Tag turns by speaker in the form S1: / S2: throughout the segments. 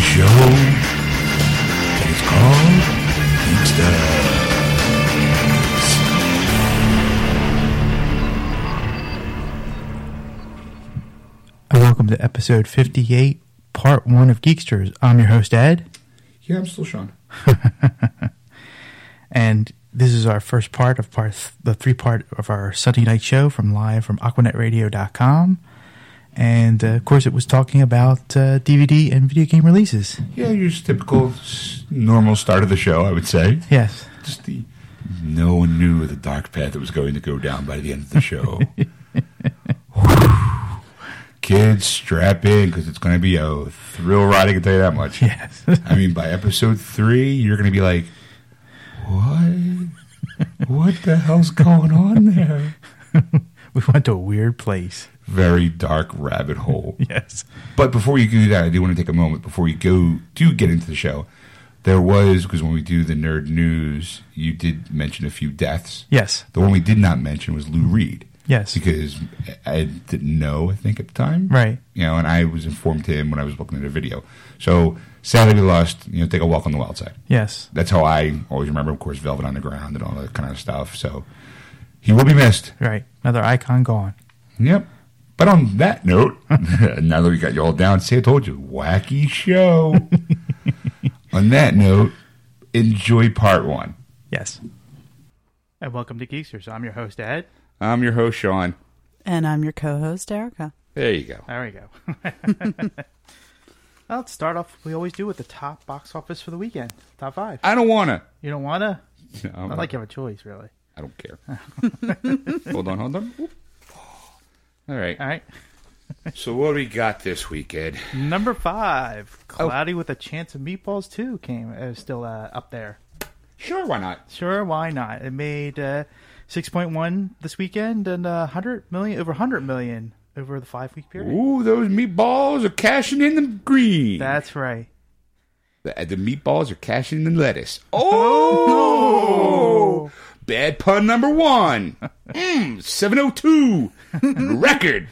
S1: show that is called Geeksters.
S2: And welcome to episode 58, part one of Geeksters. I'm your host, Ed,
S1: Yeah, I'm still Sean.
S2: and this is our first part of part th- the three part of our Sunday night show from live from AquanetRadio.com. And uh, of course, it was talking about uh, DVD and video game releases.
S1: Yeah, your just typical s- normal start of the show, I would say.
S2: Yes,
S1: Just the no one knew the dark path that was going to go down by the end of the show. Whew. Kids, strap in because it's going to be a thrill ride. I can tell you that much.
S2: yes,
S1: I mean, by episode three, you're going to be like, what? What the hell's going on there?
S2: we went to a weird place.
S1: Very dark rabbit hole.
S2: Yes,
S1: But before you do that, I do want to take a moment before you go to get into the show. There was, because when we do the nerd news, you did mention a few deaths.
S2: yes,
S1: The one we did not mention was Lou Reed.
S2: yes,
S1: Because I didn't know, I think, at the time.
S2: right,
S1: You know, and I was informed to him when I was looking at a video. So sadly, we lost, you know, take a walk on the wild side.
S2: yes,
S1: That's how I always remember, of course, Velvet Underground and all that kind of stuff. So he will be missed.
S2: right. Another icon gone.
S1: Yep. But on that note, now that we got you all down, see, I told you, wacky show. on that note, enjoy part one.
S2: Yes. And welcome to Geeksters. I'm your host, Ed.
S1: I'm your host, Sean.
S3: And I'm your co host, Erica.
S1: There you go.
S2: There we go. well, let's start off. We always do with the top box office for the weekend, top five.
S1: I don't want to.
S2: You don't wanna?
S1: No,
S2: Not like you have a choice, really.
S1: I don't care. hold on, hold on. Oop. All right.
S2: All right,
S1: So what do we got this week, Ed?
S2: number five, Cloudy with a Chance of Meatballs two came uh, still uh, up there.
S1: Sure, why not?
S2: Sure, why not? It made uh, six point one this weekend and uh, hundred million over hundred million over the five week period.
S1: Ooh, those meatballs are cashing in the green.
S2: That's right.
S1: The, the meatballs are cashing in the lettuce. Oh! Bad pun number one. Mm, 702. Record.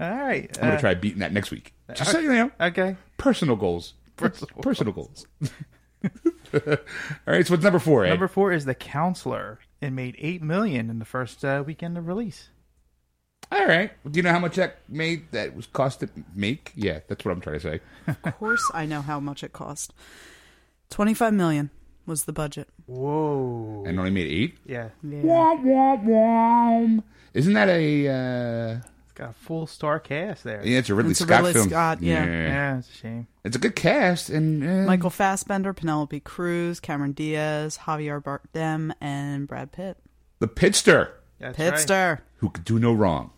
S2: All right.
S1: I'm going
S2: uh,
S1: to try beating that next week. Just so you know,
S2: okay.
S1: personal goals. Personal, goals. All right, so what's number four, Ed?
S2: Number four is The Counselor. It made eight million in the first uh, weekend of release.
S1: All right. Do you know how much that made, that was cost to make? Yeah, that's what I'm trying to say.
S3: Of course, I know how much it cost. 25 million was the budget.
S2: Whoa.
S1: And only made eight?
S2: Yeah.
S1: Womp, womp, womp. Isn't that a, uh,
S2: It's got a full star cast there.
S1: yeah, it's a Ridley
S3: It's a
S1: Scott
S3: Ridley
S1: film.
S3: Scott, yeah.
S2: Yeah, it's a shame.
S1: It's a good cast, and uh,
S3: Michael Fassbender, Penelope Cruz, Cameron Diaz, Javier Bardem, and Brad Pitt.
S1: the pitster
S2: That's Right.
S3: Pitster.
S1: who could do no wrong.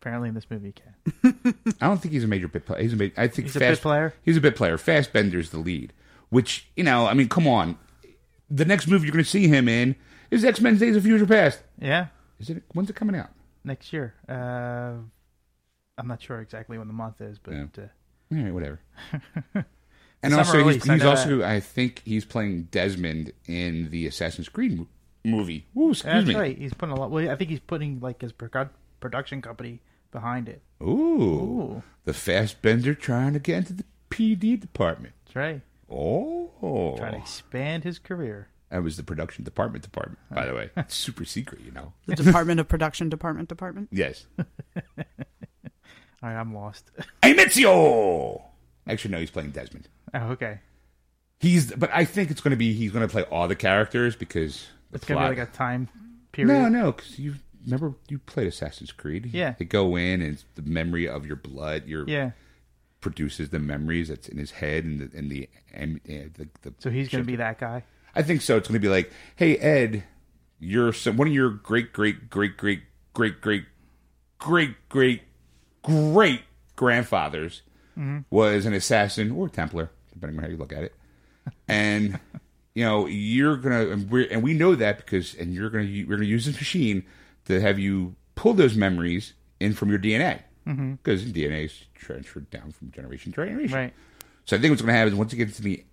S2: Apparently, in this movie, you can.
S1: I don't think he's a major bit player. He's a major, I think
S2: He's a bit player?
S1: He's a bit player. Fastbender's the lead, which you know, I mean, come on. The next movie you're going to see him in is X Men: Days of Future Past.
S2: Yeah,
S1: Is it? When's it coming out?
S2: next year. Uh, I'm not sure exactly when the month is, but
S1: Yeah.
S2: uh,
S1: All right, whatever. and
S2: Summer
S1: also,
S2: release,
S1: he's,
S2: I
S1: he's
S2: know
S1: also, I think he's playing Desmond in the Assassin's Creed mo- movie. Ooh, excuse
S2: that's
S1: me.
S2: right. He's putting a lot. Well, I think he's putting like his produ- production company behind it.
S1: Ooh,
S2: Ooh,
S1: the Fastbender trying to get into the PD department.
S2: that's right.
S1: Oh,
S2: Trying to expand his career.
S1: That was the production department department, by the way. It's super secret, you know.
S3: The Department of Production Department Department.
S1: Yes.
S2: All right, I'm lost.
S1: Amizio! Actually, no, he's playing Desmond.
S2: oh, okay.
S1: He's, but I think it's going to be he's going to play all the characters because the
S2: It's gonna
S1: plot-
S2: be like a time period.
S1: no, no, because you remember you played Assassin's Creed.
S2: Yeah.
S1: they go in and it's the memory of your blood, your
S2: Yeah.
S1: produces the memories that's in his head and the and the and the, the
S2: So he's gonna be that guy.
S1: I think so. It's going to be like, hey Ed, you're some, one of your great great great great great great great great great grandfathers was an assassin or Templar, depending on how you look at it. And you know you're gonna and, we're, and we know that because and you're gonna u- we're gonna use this machine to have you pull those memories in from your DNA because DNA is transferred down from generation to generation.
S2: Right.
S1: So I think what's going to happen is once it gets to the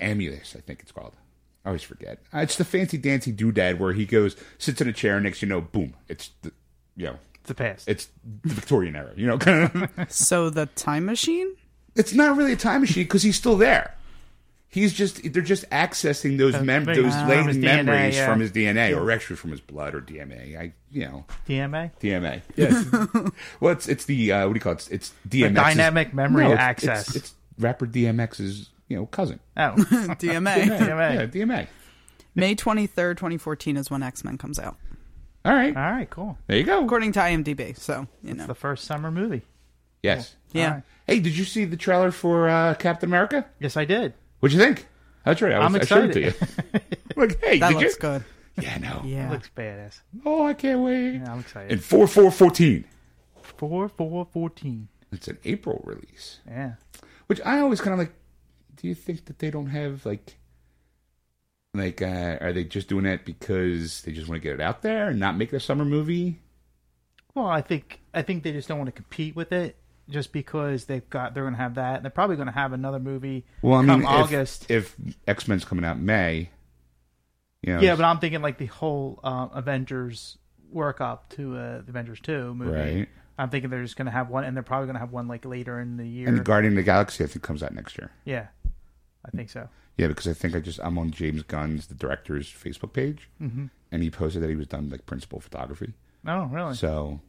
S1: amulus, I think it's called. I always forget. Uh, It's the fancy dancy doodad where he goes, sits in a chair, and next you know, boom, it's the you know,
S2: the past.
S1: it's the Victorian era. You know, kind of.
S3: So the time machine?
S1: It's not really a time machine because he's still there. He's just they're just accessing those mem-
S2: memories
S1: those
S2: from
S1: latent
S2: his DNA,
S1: memories
S2: yeah.
S1: from his DNA or extras from his blood or DMA. I you know
S2: DMA.
S1: DMA.
S2: Yes.
S1: Well, it's it's the uh, what do you call it? It's, it's DMX.
S2: dynamic memory access.
S1: It's, it's rapper DMX's you know cousin.
S2: oh,
S3: DMA.
S2: DMA.
S1: Yeah, DMA.
S3: May 23rd, 2014 is when X Men comes out,
S1: All right,
S2: all right, cool.
S1: there you go.
S3: according to IMDb. So, you
S2: It's
S3: know.
S2: the first summer movie.
S1: Yes.
S3: yeah.
S2: All right.
S1: Hey, did you see the trailer for uh, Captain America?
S2: Yes, I did.
S1: What'd you think? That's right. I was,
S2: I'm
S1: I showed it to you.
S2: excited.
S1: like, hey,
S3: That
S1: did
S3: looks
S1: you?
S3: good.
S1: Yeah, no.
S2: It
S3: Yeah.
S2: looks badass.
S1: Oh, I can't wait.
S2: Yeah, I'm excited.
S1: And four four fourteen.
S2: Four, four, fourteen.
S1: It's an April release,
S2: Yeah.
S1: which I always kind of like. Do you think that they don't have like, like, uh, are they just doing that because they just want to get it out there and not make their summer movie?
S2: Well, I think I think they just don't want to compete with it, just because they've got they're going to have that. They're probably going to have another movie
S1: Well, I mean,
S2: come
S1: if,
S2: August.
S1: if X Men's coming out in May, you know,
S2: yeah, but I'm thinking like the whole um, Avengers work up to uh, the Avengers Two movie.
S1: Right.
S2: I'm thinking they're just going to have one, and they're probably going to have one like later in the year.
S1: and Guardian of the Galaxy I think comes out next year.
S2: yeah, I think so.
S1: Yeah, because I think I just I'm on James Gunn's the director's Facebook page, and he posted that he was done like principal photography.
S2: No, Oh, really.
S1: So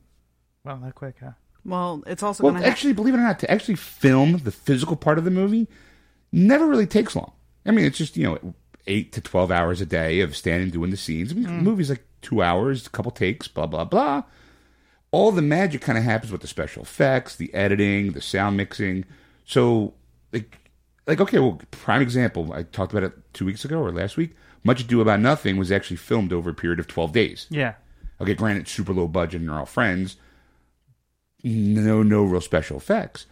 S2: well, that quick, huh?
S3: Well, it's also
S1: Well,
S3: going to
S1: actually, believe it or not, to actually film the physical part of the movie never really takes long. I mean, it's just you know eight to twelve hours a day of standing doing the scenes. I mean, the movies like two hours, a couple takes, blah blah blah. All the magic kind of happens with the special effects, the editing, the sound mixing. So like. Like okay, well, prime example. I talked about it two weeks ago or last week. Much Ado About Nothing was actually filmed over a period of twelve days.
S2: Yeah.
S1: Okay, granted, it's super low budget and they're all friends. No, no real special effects.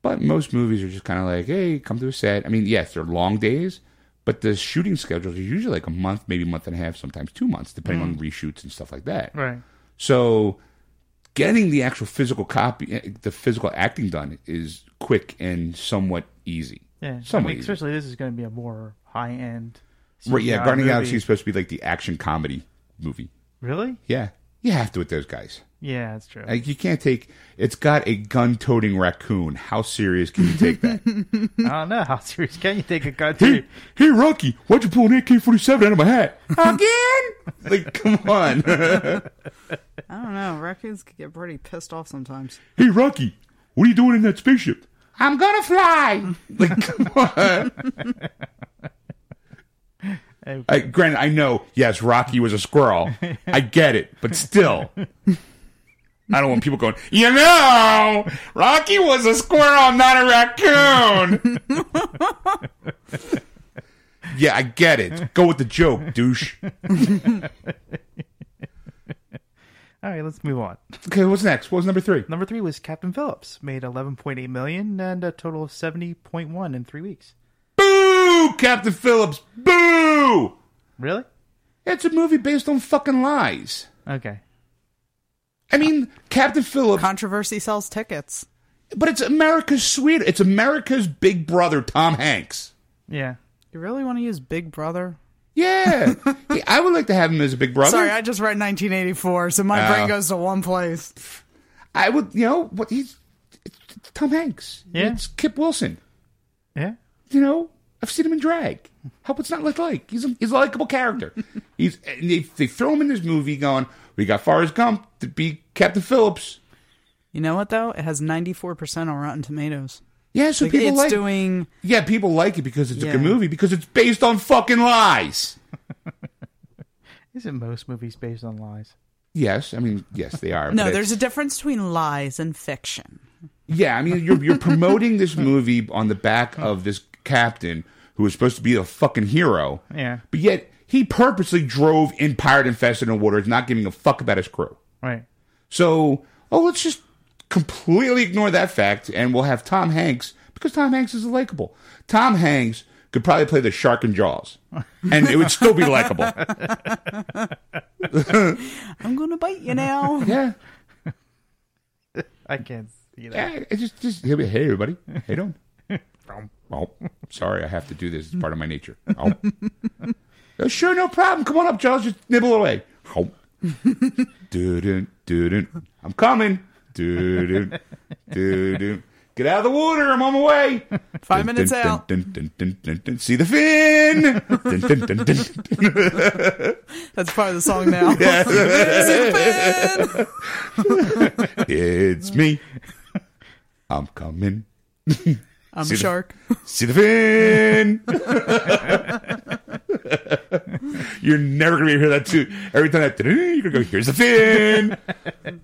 S1: But most movies are just kind of like, hey, come to a set. I mean, yes, they're long days, but the shooting schedules are usually like a month, maybe a month and a half, sometimes two months, depending on reshoots and stuff like that.
S2: Right.
S1: So getting the actual physical copy, eh, the physical acting done is quick and somewhat easy.
S2: Yeah. I
S1: Somewhat
S2: mean,
S1: easy.
S2: especially this is going to be a more high end.
S1: Right, yeah, Guardian of the Galaxy is supposed to be like the action comedy movie.
S2: Really?
S1: Yeah, you have to with those guys.
S2: Yeah, that's true.
S1: Like Uh, you can't take. It's got a gun-toting raccoon. How serious can you take that?
S2: I don't know how serious can you take a gun
S1: hey,
S2: to?
S1: hey, Rocky, why'd you pull an AK-47 out of my hat again? like, come on.
S3: I don't know. Raccoons could get pretty pissed off sometimes.
S1: hey, Rocky, what are you doing in that spaceship? I'm gonna fly. Like, come on. I, granted, I know. Yes, Rocky was a squirrel. I get it, but still. I don't want people going, you know, Rocky was a squirrel, not a raccoon. yeah, I get it. Go with the joke, douche.
S2: All right, let's move on.
S1: Okay, what's next? What was number three?
S2: Number three was Captain Phillips, made 11.8 million and a total of 70.1 in three weeks.
S1: Boo, Captain Phillips. Boo.
S2: Really?
S1: It's a movie based on fucking lies.
S2: Okay.
S1: I mean, Captain Phillips,
S3: Controversy sells tickets.
S1: but it's America's sweet. It's America's big brother, Tom Hanks.
S2: Yeah.
S3: You really want to use Big Brother?
S1: Yeah. Hey, I would like to have him as a big brother.
S3: Sorry, I just read 1984, so my
S1: Oh.
S3: brain goes to one place.
S1: I would, you know, what he's it's Tom Hanks.
S2: Yeah.
S1: It's Kip Wilson.
S2: Yeah.
S1: You know, I've seen him in drag. How it's not like like he's a, he's a likable character. he's and they they throw him in this movie going, we got Forrest Gump to be Captain Phillips.
S3: You know what though? It has 94% on Rotten Tomatoes.
S1: Yeah, so
S3: Like,
S1: people
S3: it's
S1: like
S3: doing
S1: yeah people like it because it's a good
S3: Yeah.
S1: movie because it's based on fucking lies.
S2: Isn't most movies based on lies?
S1: Yes, I mean yes they are.
S3: No,
S1: but
S3: there's
S1: it's-
S3: a difference between lies and fiction.
S1: Yeah, I mean, you're you're promoting this movie on the back of this captain who is supposed to be a fucking hero.
S2: Yeah.
S1: But yet he purposely drove in pirate infested in waters, not giving a fuck about his crew.
S2: Right.
S1: So, oh, let's just completely ignore that fact, and we'll have Tom Hanks because Tom Hanks is likable. Tom Hanks could probably play the shark in Jaws, and it would still be likable.
S3: I'm going to bite you now.
S1: Yeah,
S2: I can't see that.
S1: yeah. It's just just he'll be, hey everybody, hey don't. Oh, sorry, I have to do this. It's Uh, part of my nature. Oh. "Oh, sure, no problem. Come on up, Charles. Just nibble away. Oh. Doo-doo, doo-doo. I'm coming. Doo-doo, doo-doo. Get out of the water. I'm on my way.
S3: Five minutes out.
S1: dun, dun, dun, dun, dun. See the fin. Dun, dun, dun, dun, dun.
S3: That's part of the song now.
S1: It's me. I'm coming.
S3: I'm
S1: See the-
S3: a shark.
S1: See the fin. You're never gonna be able to hear that too. Every time that doo-doo, you're gonna go, here's the fin.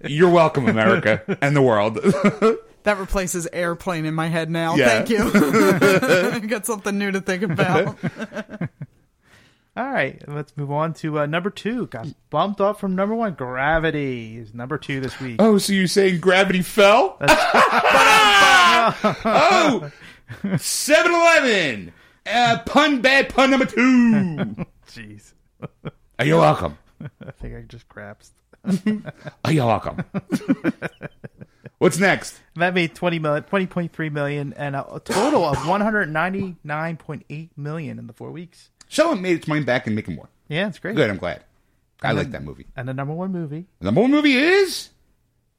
S1: You're welcome, America and the world.
S3: That replaces airplane in my head now.
S1: Yeah.
S3: Thank you. I got something new to think about.
S2: All right, let's move on to uh, number two. Got bumped up from number one. Gravity is number two this week.
S1: Oh, so you're saying gravity fell? oh, 7 Eleven! Uh, pun bad pun number two!
S2: Jeez,
S1: Are you welcome?
S2: I think I just crapsed.
S1: Are you welcome? What's next?
S2: That made 20 million, 20.3 million, and a, a total of 199.8 million in the four weeks.
S1: Shellum made its money back and making more.
S2: Yeah, it's great.
S1: Good, I'm glad. I like that movie.
S2: And the number one movie,
S1: The number one movie is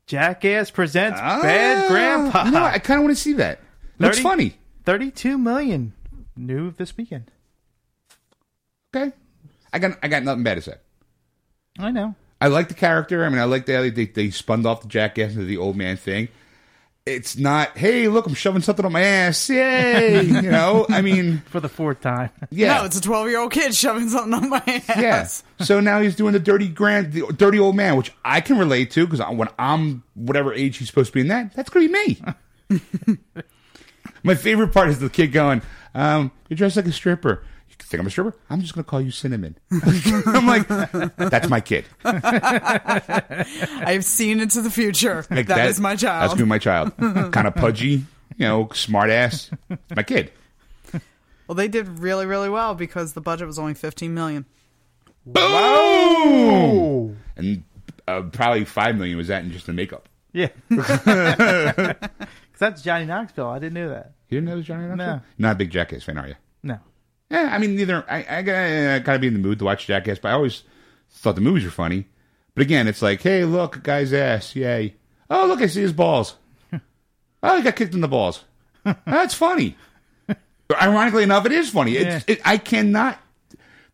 S2: Jackass Presents Bad
S1: Ah,
S2: Grandpa.
S1: You know, what? I kind of want to see that. Looks
S2: 30
S1: funny.
S2: 32 million new this weekend.
S1: Okay, I got I got nothing bad to say.
S2: I know.
S1: I like the character. I mean, I like the they they spun off the jackass into the old man thing. It's not, hey, look, I'm shoving something on my ass. Yay! you know, I mean,
S2: For the fourth time.
S1: yeah,
S3: No, it's a 12 year old kid shoving something on my ass.
S1: yes. So now he's doing the dirty grand, the dirty old man, which I can relate to because when I'm whatever age he's supposed to be in that, that's gonna be me. my favorite part is the kid going, um, "You're dressed like a stripper." You think I'm a stripper? I'm just gonna call you Cinnamon. I'm like, that's my kid.
S3: I have seen into the future.
S1: Like
S3: that is my
S1: That's
S3: child.
S1: gonna be my child. kind of pudgy, you know, smart ass. My kid.
S3: well, they did really, really well because the budget was only 15 million.
S1: Boom! And uh, probably five million was that in just the makeup.
S2: Yeah. Because that's Johnny Knoxville. I didn't know that.
S1: You didn't know it was Johnny Knoxville?
S2: No.
S1: Not a big Jackass fan, are you?
S2: No.
S1: Yeah, I mean, neither. I, I gotta, I gotta be in the mood to watch Jackass, but I always thought the movies were funny. But again, it's like, hey, look, a guy's ass, yay! Oh, look, I see his balls. Oh, he got kicked in the balls. That's funny. Ironically enough, it is funny. It's,
S2: Yeah.
S1: it, I cannot.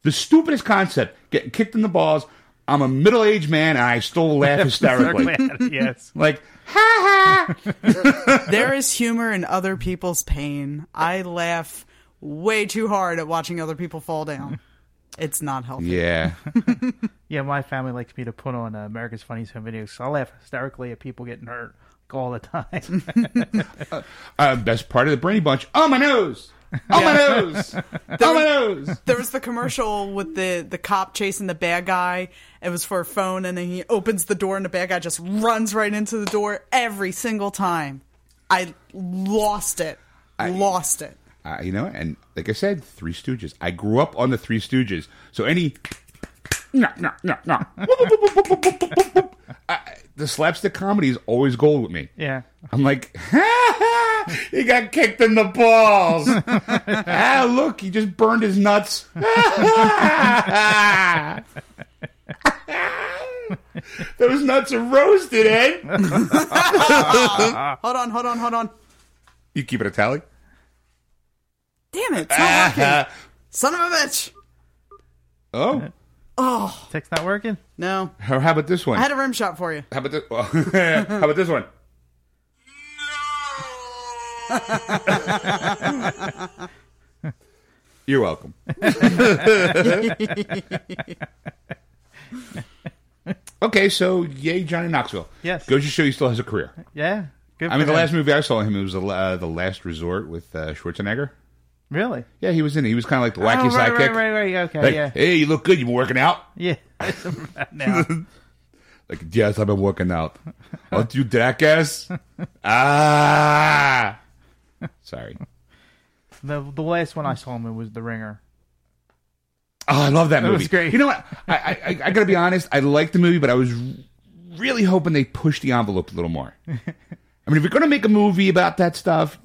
S1: The stupidest concept: getting kicked in the balls. I'm a middle-aged man, and I still laugh hysterically.
S2: yes.
S1: like, ha ha.
S3: There is humor in other people's pain. I laugh way too hard at watching other people fall down. It's not healthy.
S1: Yeah.
S2: Yeah, my family likes me to put on uh, America's Funniest Home Videos. So I laugh hysterically at people getting hurt like, all the time.
S1: Uh, best part of the Brainy Bunch. Oh my nose. Oh my nose. Oh my nose.
S3: There was the commercial with the, the cop chasing the bad guy. It was for a phone, and then he opens the door, and the bad guy just runs right into the door every single time. I lost it. lost it.
S1: uh, you know, and like I said, Three Stooges. I grew up on the Three Stooges, so any no, no, no, no, Whoop, whoop, whoop, whoop, whoop, whoop, whoop, whoop, whoop. I- the slapstick comedies always gold with me.
S2: yeah.
S1: I'm like, ha ha, he got kicked in the balls. ah, look, he just burned his nuts. Those nuts are roasted, eh?
S3: Hold on, hold on, hold on.
S1: You keep it a tally?
S3: Damn it, it's
S1: Ah.
S3: not working. Son of a bitch.
S1: Oh,
S2: Text not working?
S3: No.
S1: how how about this one?
S3: I had a rim shot for you.
S1: How about this? Well, how about this one? You're welcome. okay, so yay, Johnny Knoxville.
S2: Yes.
S1: goes to show he still has a career.
S2: Yeah. Good
S1: I mean,
S2: for
S1: the
S2: them.
S1: last movie I saw him it was the, uh, the Last Resort with uh, Schwarzenegger.
S2: Really?
S1: Yeah, he was in it. He was kind of like the wacky
S2: oh, right,
S1: sidekick.
S2: right, right, right. Okay,
S1: Like,
S2: yeah.
S1: hey, you look good. You been working out?
S2: Yeah. now.
S1: Like, yes, I've been working out. Aren't you jackass? ah. Sorry.
S2: The, the last one I saw him in was The Ringer.
S1: Oh, I love that movie.
S2: was great.
S1: You know what? I, I, I, I gotta be honest. I liked the movie, but I was really hoping they pushed the envelope a little more. I mean, if you're gonna make a movie about that stuff,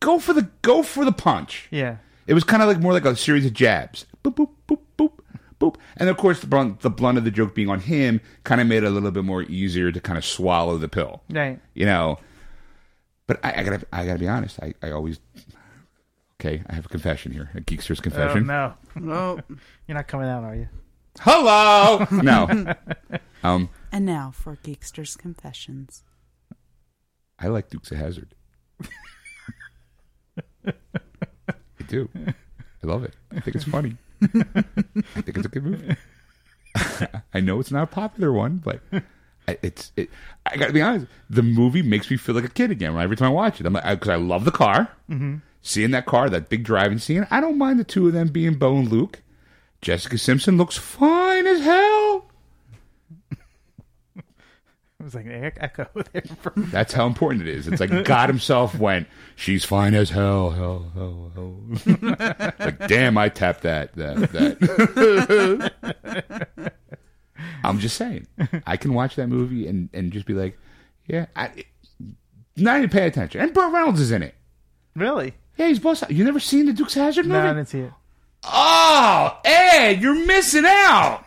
S1: go for the go for the punch.
S2: Yeah.
S1: It was kind of like more like a series of jabs. Boop boop boop boop boop boop. And of course, the brunt, the blunt of the joke being on him kind of made it a little bit more easier to kind of swallow the pill.
S2: Right.
S1: You know, but I, I gotta, I gotta be honest. I, I always, okay, I have a confession here, a geekster's
S2: Oh,
S1: confession.
S2: no.
S3: Oh.
S2: You're not coming out, are you?
S1: Hello, no, um,
S3: And now for Geekster's Confessions.
S1: I like Dukes of Hazard. I do. I love it. I think it's funny. I think it's a good movie. I know it's not a popular one, but I- it's. It, I got to be honest. The movie makes me feel like a kid again. Right? Every time I watch it, I'm like, because I, love the car. Seeing that car, that big driving scene. I don't mind the two of them being Bo and Luke. Jessica Simpson looks fine as hell.
S2: It was like an e- echo there. For,
S1: That's how important it is. It's like God himself went, "She's fine as hell, hell, hell, hell." like, damn, I tapped that, that, that. I'm just saying, I can watch that movie and and just be like, yeah, I, not even pay attention. And Burt Reynolds is in it.
S2: really?
S1: Yeah, he's both. You never seen the Duke's Hazard
S2: No,
S1: movie?
S2: I didn't see it.
S1: oh, Ed, you're missing out.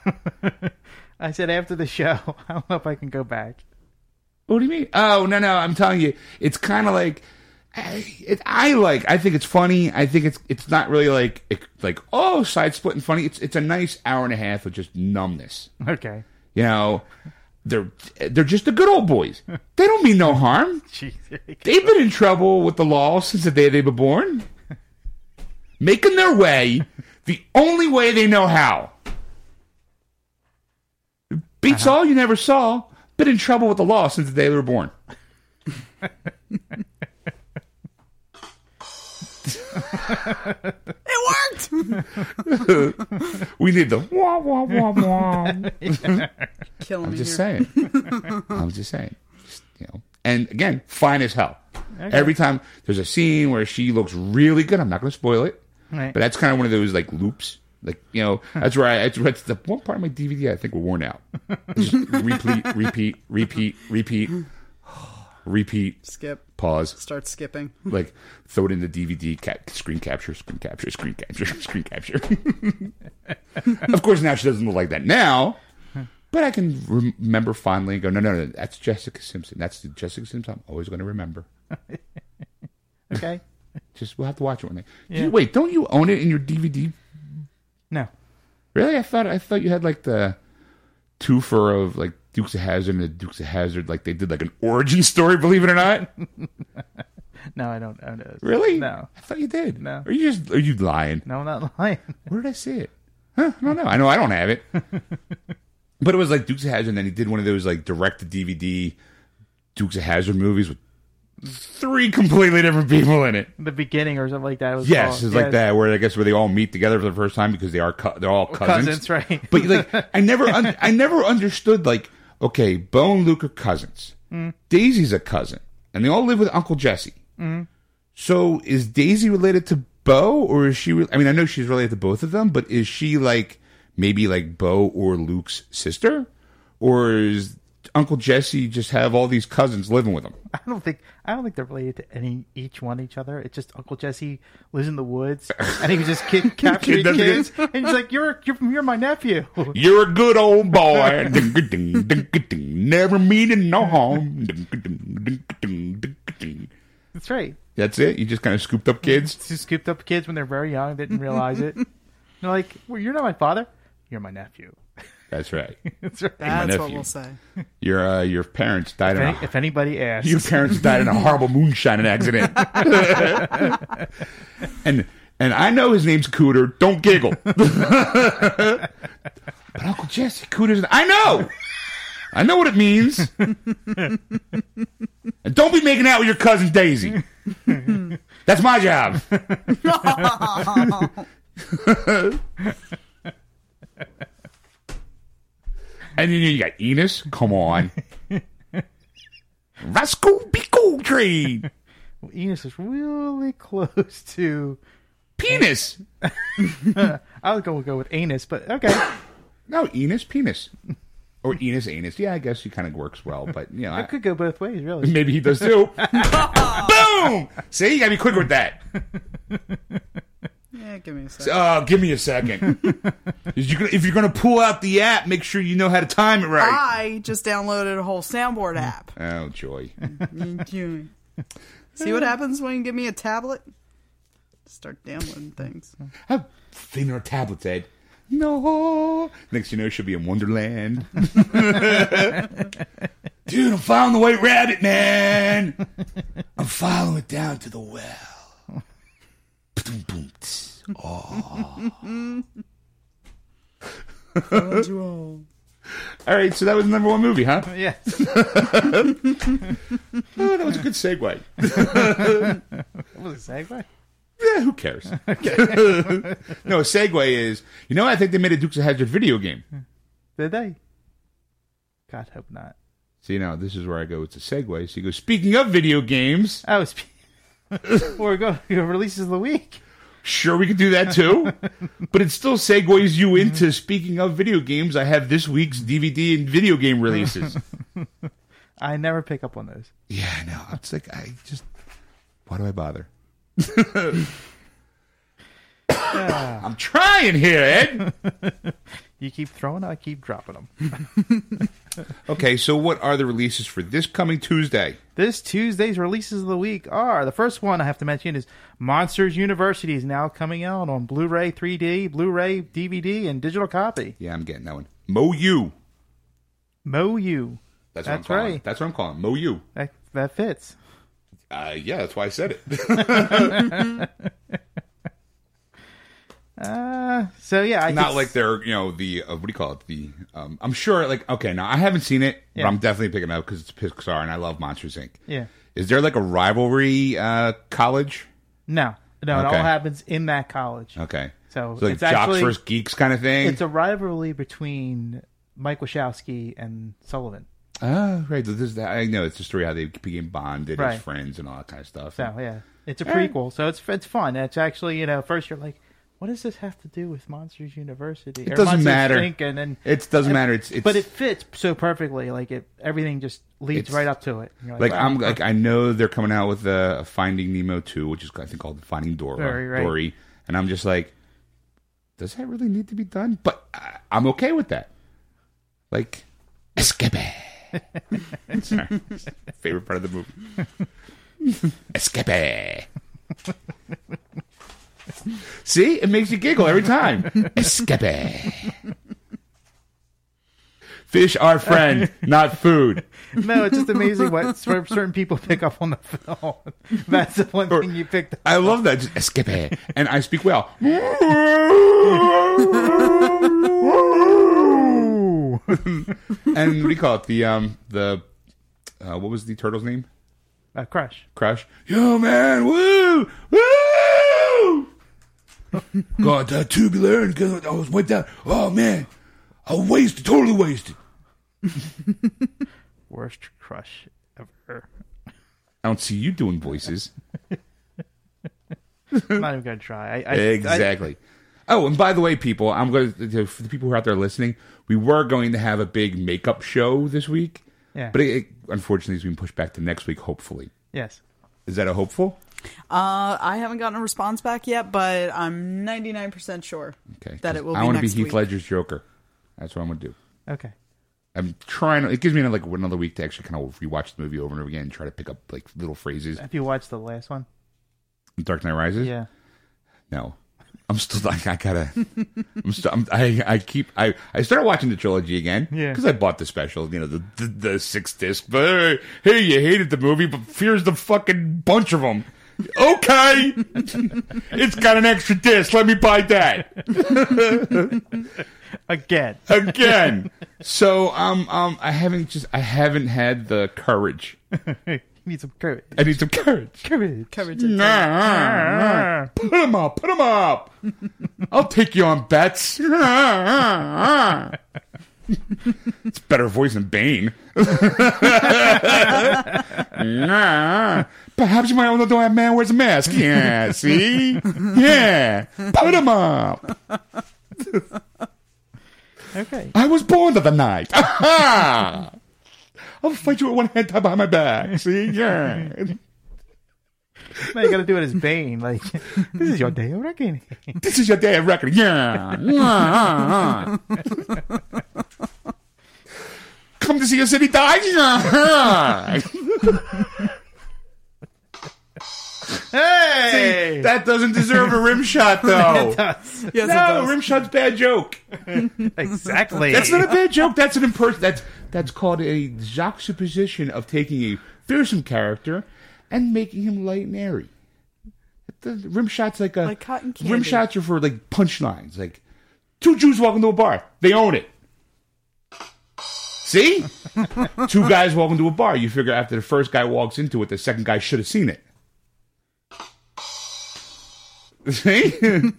S2: I said after the show. I don't know if I can go back.
S1: What do you mean? Oh no, no! I'm telling you, it's kind of like I, it, I like. I think it's funny. I think it's it's not really like it, like oh side split and funny. It's it's a nice hour and a half of just numbness.
S2: Okay.
S1: You know, they're they're just the good old boys. They don't mean no harm.
S2: Jeez. here we go.
S1: They've been in trouble with the law since the day they were born, making their way the only way they know how. Beats all you never saw. Been in trouble with the law since the day they were born.
S3: It worked!
S1: We need the wah wah wah wah.
S3: Killing
S1: I'm
S3: me
S1: just
S3: here.
S1: saying. I'm just saying. Just, you know. And again, fine as hell. Every time there's a scene where she looks really good, I'm not going to spoil it,
S2: Right.
S1: but that's kind of one of those like loops. Like you know, that's where I. That's, that's the one part of my DVD I think were worn out. Just repeat, repeat, repeat, repeat, repeat.
S3: Skip.
S1: Pause.
S3: Start skipping.
S1: Like throw it in the DVD. Cap, screen capture. Screen capture. Screen capture. Screen capture. of course, now she doesn't look like that now. But I can rem- remember fondly and go, no, no, no, that's Jessica Simpson. That's the Jessica Simpson I'm always going to remember.
S2: Okay.
S1: Just we'll have to watch it one day. Do
S2: Yeah.
S1: you, wait, don't you own it in your DVD?
S2: No.
S1: Really? I thought I thought you had like the twofer of like Dukes of Hazard and the Dukes of Hazard. Like they did like an origin story. Believe it or not.
S2: No, I don't own it.
S1: Really?
S2: No.
S1: I thought you did.
S2: No.
S1: Are you just are you lying?
S2: No, I'm not lying.
S1: Where did I see it? Huh? I don't know. I know I don't have it. but it was like Dukes of Hazard, and then he did one of those like direct to DVD Dukes of Hazard movies with three completely different people in it.
S2: The beginning or something like that. It was
S1: Yes,
S2: called.
S1: it's like
S2: Yes.
S1: that where I guess where they all meet together for the first time because they are co- they're all cousins.
S2: cousins, right.
S1: But like I never un- I never understood like okay, Bo and Luke are cousins.
S2: Mm.
S1: Daisy's a cousin, and they all live with Uncle Jesse.
S2: Mm.
S1: So is Daisy related to Bo, or is she? Re- I mean, I know she's related to both of them, but is she like maybe like Bo or Luke's sister, or is Uncle Jesse just have all these cousins living with him?
S2: I don't think I don't think they're related to any each one each other. It's just Uncle Jesse lives in the woods and he was just kid capturing
S1: doesn't
S2: kids,
S1: get-
S2: and he's like, "You're you're you're my nephew."
S1: You're a good old boy. Ding-a-ding, ding-a-ding. Never meaning no harm. Ding-a-ding, ding-a-ding, ding-a-ding.
S2: That's right.
S1: That's it. You just kind of scooped up kids.
S2: Just scooped up kids when they're very young, didn't realize it. They're like, "Well, you're not my father. You're my nephew."
S1: That's right.
S2: That's right.
S3: That's what
S1: nephew.
S3: we'll say.
S1: Your uh, your parents died in
S2: If,
S1: a
S2: if anybody asks,
S1: your parents died in a horrible moonshining accident. and and I know his name's Cooter. Don't giggle. but Uncle Jesse Cooter's. I know. I know what it means. and don't be making out with your cousin Daisy. That's my job. And then you got Enos. Come on. Rascal Bickle Tree.
S2: Enos is really close to.
S1: Penis.
S2: I was going to go with anus, but okay,
S1: No, Enos penis. Or Enos anus. Yeah, I guess he kind of works well, but you know, I-
S2: it could go both ways, really.
S1: maybe he does too. Boom! See, you gotta be quick with that. Uh,
S3: Yeah, give me a sec.
S1: Oh, give me a second. Is you gonna, if you're going to pull out the app, make sure you know how to time it right.
S3: I just downloaded a whole soundboard app.
S2: Ah.
S1: Oh, joy.
S3: You- See what happens when you give me a tablet? Start downloading things.
S1: How thin are tablets, Ed? No. Next you know, she'll be in Wonderland. Dude, I'm following the white rabbit, man. I'm following it down to the well. Boom, boom, tss.
S3: Found you all.
S1: All right, so that was the number one movie, huh?
S2: Yeah.
S1: Oh, that was a good segue.
S2: What was it, segue?
S1: Yeah, who cares? no, a segue is, you know, I think they made a Dukes of Hazard video game.
S2: Did they? God, hope not.
S1: See, now this is where I go. It's a segue. So you go, speaking of video games,
S2: I was. or go releases of the week.
S1: sure, we could do that too. but it still segues you into speaking of video games. I have this week's DVD and video game releases.
S2: I never pick up on those.
S1: yeah, I know. It's like, I just, why do I bother? I'm trying here, Ed.
S2: You keep throwing, I keep dropping them.
S1: Okay, so what are the releases for this coming Tuesday?
S2: This Tuesday's releases of the week are the first one I have to mention is Monsters University is now coming out on Blu-ray 3D, Blu-ray DVD, and digital copy.
S1: Yeah, I'm getting that one. Mo you.
S2: Mo you.
S1: That's, what I'm
S2: That's
S1: calling.
S2: right.
S1: That's what I'm calling. Mo you.
S2: That that fits.
S1: Uh, yeah, that's why I said it.
S2: Uh, so yeah, I
S1: Not
S2: could-
S1: like they're you know the uh, what do you call it? The um, I'm sure like okay now I haven't seen it, but
S2: Yeah.
S1: I'm definitely picking it up because it's Pixar and I love Monsters Inc.
S2: yeah.
S1: Is there like a rivalry uh, college?
S2: No, no, it
S1: Okay.
S2: all happens in that college.
S1: Okay,
S2: So
S1: it's like
S2: it's
S1: jocks
S2: actually-
S1: versus geeks kind of thing.
S2: It's a rivalry between Mike Wachowski and Sullivan.
S1: oh, right. This is that. I know it's the story how they became bonded
S2: Right.
S1: as friends and all that kind of stuff.
S2: So yeah, it's a prequel, so it's it's fun. It's actually you know first you're like, what does this have to do with Monsters University? It
S1: doesn't matter.
S2: Inc. and then
S1: It doesn't matter. It's, it's
S2: but it fits so perfectly. Like it, everything just leads
S1: It's-
S2: right up to it. And you're
S1: like
S2: wow.
S1: I'm like I know they're coming out with uh, Finding Nemo two, which is I think called Finding Dora,
S2: Very right.
S1: Dory, and I'm just like, does that really need to be done? But I, I'm okay with that. Like, escape. Sorry. Favorite part of the movie. escape. See, it makes you giggle every time. Escape. Fish are friend, not food.
S2: no, it's just amazing what cer- certain people pick up on the film. That's the one
S1: Or-
S2: thing you picked up.
S1: I love that. Just skip it. And I speak well. and what do you call it? The um the uh, what was the turtle's name?
S2: Uh, crush.
S1: Crash. Yo man, woo! Woo! Got that tubular and got- I was went down. Oh man. I wasted, totally wasted.
S2: Worst crush ever.
S1: I don't see you doing voices.
S2: I'm not even gonna try. I, I, I,
S1: Exactly. oh, and by the way, people, I'm going to for the people who are out there listening, we were going to have a big makeup show this week,
S2: Yeah.
S1: but it, it unfortunately has been pushed back to next week. Hopefully,
S2: yes.
S1: is that a hopeful?
S3: Uh, I haven't gotten a response back yet, but I'm 99% sure
S1: Okay,
S3: that it will
S1: I
S3: be
S1: wanna
S3: next
S1: be Heath
S3: week.
S1: Ledger's Joker. That's what I'm going to do.
S2: Okay.
S1: I'm trying. to It gives me another, like another week to actually kind of rewatch the movie over and over again and try to pick up like little phrases.
S2: Have you watched the last one?
S1: Dark Knight Rises.
S2: Yeah.
S1: No. I'm still like I gotta. I'm still. I'm, I I keep. I I started watching the trilogy again.
S2: Yeah.
S1: Because I bought the special, you know, the the, the six disc. But hey, you hated the movie, but here's the fucking bunch of them. Okay. it's got an extra disc. Let me buy that
S2: Again.
S1: again. so um um I haven't just I haven't had the courage.
S2: you need some courage.
S1: I need some courage.
S2: Courage.
S3: Covered
S1: Nah,
S3: to-
S1: nah, nah. Put him up, put him up. I'll take you on bets. Nah, nah, nah. it's better voice than Bane. Nah. Perhaps you might want to know that man wears a mask. Yeah, see? Yeah. Put him up.
S2: Okay.
S1: I was born to the night. I'll fight you with one hand tied behind my back. See? Yeah.
S2: Now you got to do it as Bane. Like, this is your day of reckoning.
S1: This is your day of reckoning. Yeah. Yeah. yeah. Come to see your city die. Yeah.
S2: Hey,
S1: that doesn't deserve a rim shot, though.
S3: Yes,
S1: No,
S3: it does.
S1: rim shot's bad joke.
S2: exactly.
S1: That's not a bad joke. That's an imperson. That's that's called a juxtaposition of taking a fearsome character and making him light and airy. The rim shots like a
S3: Like cotton
S1: Rim
S3: candy.
S1: shots are for like punchlines. Like two Jews walk into a bar, they own it. See, two guys walk into a bar. You figure after the first guy walks into it, the second guy should have seen it. See,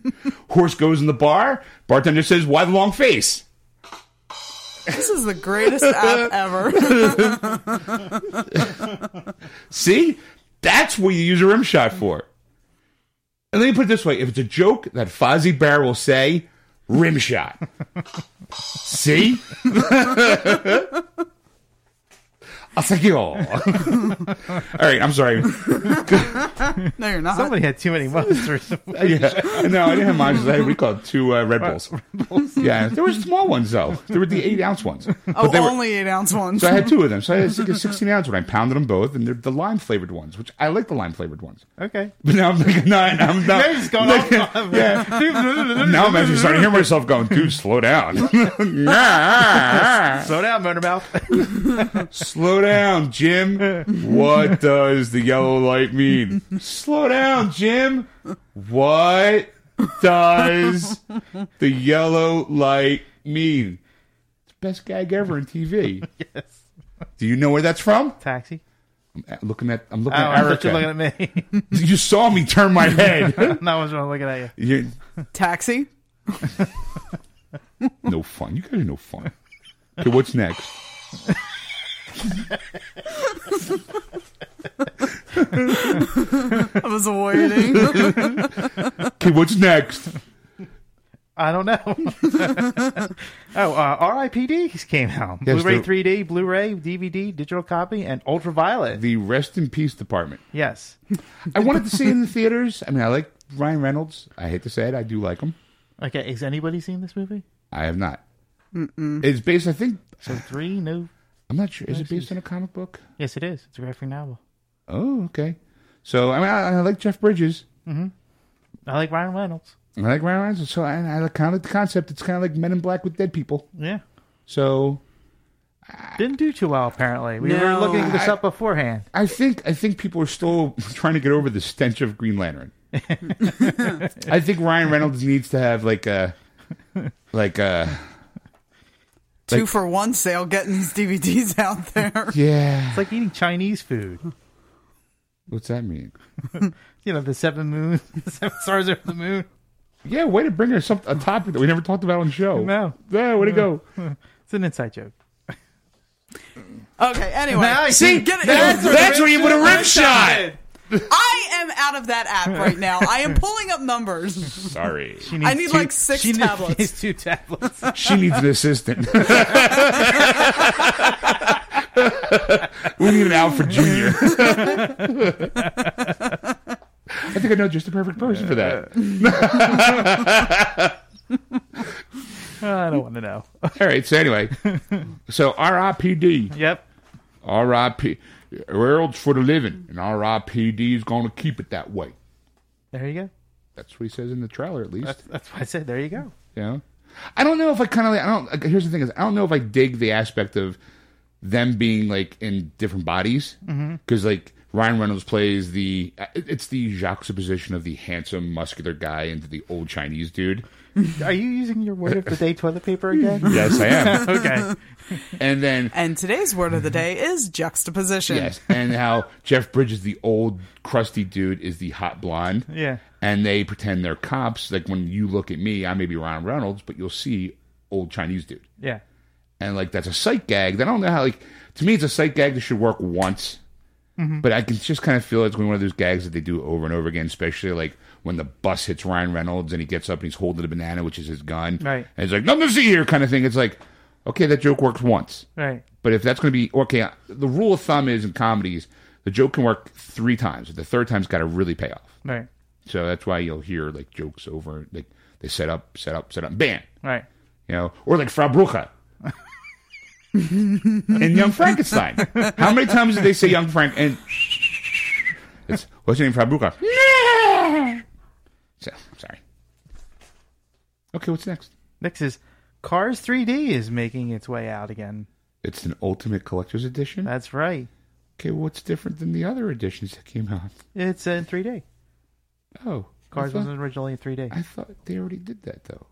S1: horse goes in the bar. Bartender says, "Why the long face?"
S3: This is the greatest app ever.
S1: See, that's what you use a rim shot for. And let me put it this way: if it's a joke that Fozzie Bear will say, rim shot. See, I'll take you all. all right, I'm sorry.
S3: no, you're not.
S2: Somebody had too many monsters.
S1: Yeah. No, I didn't have mine. I had we called two uh, Red Bulls. Yeah, there were small ones though. There were the eight ounce ones.
S3: oh,
S1: they were-
S3: only eight ounce ones.
S1: So I had two of them. So I had a 16 ounce one. I pounded them both, and they're the lime flavored ones, which I like the lime flavored ones.
S2: okay.
S1: But now I'm like, no, I'm not.
S2: You're just going off on-
S1: now I'm actually starting to hear myself going, dude, slow down. Nah.
S2: Slow down, Motormouth.
S1: slow down, Jim. What does the yellow light mean? Slow down, Jim. What does the yellow light mean? It's the best gag ever in TV.
S2: yes.
S1: Do you know where that's from?
S2: Taxi.
S1: I'm looking at I'm looking
S2: Oh,
S1: at
S2: I thought you
S1: Erica.
S2: were looking at me.
S1: you saw me turn my head.
S2: no, I was wrong looking at you.
S1: you
S3: Taxi.
S1: No fun. You guys are no fun. Okay, what's next?
S3: I was avoiding.
S1: Okay, what's next?
S2: I don't know. oh, uh, RIPD came out.
S1: Yes,
S2: Blu-ray
S1: the-
S2: 3D, Blu-ray, DVD, digital copy, and ultraviolet.
S1: The rest in peace department.
S2: yes.
S1: I wanted to see it in the theaters. I mean, I like Ryan Reynolds. I hate to say it, I do like him.
S2: Okay. Has anybody seen this movie?
S1: I have not. It's based. I think
S2: So three new.
S1: I'm not sure. Is it based on a comic book?
S2: Yes, it is. It's a graphic novel.
S1: Oh, okay. So I mean, I, I like Jeff Bridges.
S2: I like Ryan Reynolds.
S1: I like Ryan Reynolds. So I, I kind of the concept. It's kind of like Men in Black with dead people.
S2: Yeah.
S1: So
S2: Didn't do too well apparently. We were
S3: No.
S2: looking this
S1: I-
S2: up beforehand.
S1: I think I think people are still trying to get over the stench of Green Lantern. I think Ryan Reynolds needs to have like a like a
S3: Two for one sale getting these DVDs out there.
S1: yeah.
S2: It's like eating Chinese food.
S1: What's that mean?
S2: You know, the seven moon, the seven stars over the moon.
S1: Yeah, way to bring us some a topic that we never talked about on the show.
S2: No.
S1: yeah, way to go.
S2: It's an inside joke.
S3: Okay, anyway.
S2: see,
S3: get it.
S1: That's where you put a rim shot.
S3: I am out of that app right now. I am pulling up numbers.
S1: Sorry,
S3: I need like six
S2: she
S3: tablets.
S2: Needs two tablets.
S1: she needs an assistant. we need an Alfred Junior. I think I know just the perfect person for that.
S2: I don't want to know.
S1: All right. So anyway, so R.I.P.D.
S2: Yep.
S1: R.I.P. World's for the living, and R.I.P.D. is going to keep it that way.
S2: There you go.
S1: That's what he says in the trailer, at least.
S2: That's what I said. There you go.
S1: you know, I don't know if I kind of. I don't. like, Here's the thing: is I don't know if I dig the aspect of them being like in different bodies because like Ryan Reynolds plays the it- it's the juxtaposition of the handsome muscular guy into the old Chinese dude.
S2: Are you using your word of the day toilet paper again?
S1: Yes, I am.
S2: okay.
S1: and then
S3: And today's word of the day is juxtaposition.
S1: yes, and how Jeff Bridges, the old crusty dude, is the hot blonde.
S2: Yeah.
S1: and they pretend they're cops. Like when you look at me, I may be Ryan Reynolds, but you'll see old Chinese dude.
S2: Yeah.
S1: and like that's a sight gag. Then I don't know how like to me it's a sight gag that should work once, but I can just kind of feel it's one of those gags that they do over and over again, especially like when the bus hits Ryan Reynolds and he gets up and he's holding a banana, which is his gun,
S2: Right.
S1: And he's like nothing to see here, kind of thing. It's like okay, that joke works once,
S2: Right.
S1: but if that's going to be okay, the rule of thumb is in comedies the joke can work three times. The third time's got to really pay off.
S2: Right.
S1: So that's why you'll hear like jokes over like they set up, set up, set up, bam.
S2: Right.
S1: You know, or like Frau Brucha. in Young Frankenstein. How many times did they say Young Frank and it's what's her name, Frau Brucha? so sorry. Okay, what's next?
S2: Next is Cars 3D is making its way out again.
S1: It's an ultimate collector's edition.
S2: That's right.
S1: Okay, what's different than the other editions that came out?
S2: It's in 3D.
S1: Oh,
S2: Cars
S1: I thought,
S2: wasn't originally in 3D.
S1: I thought they already did that though.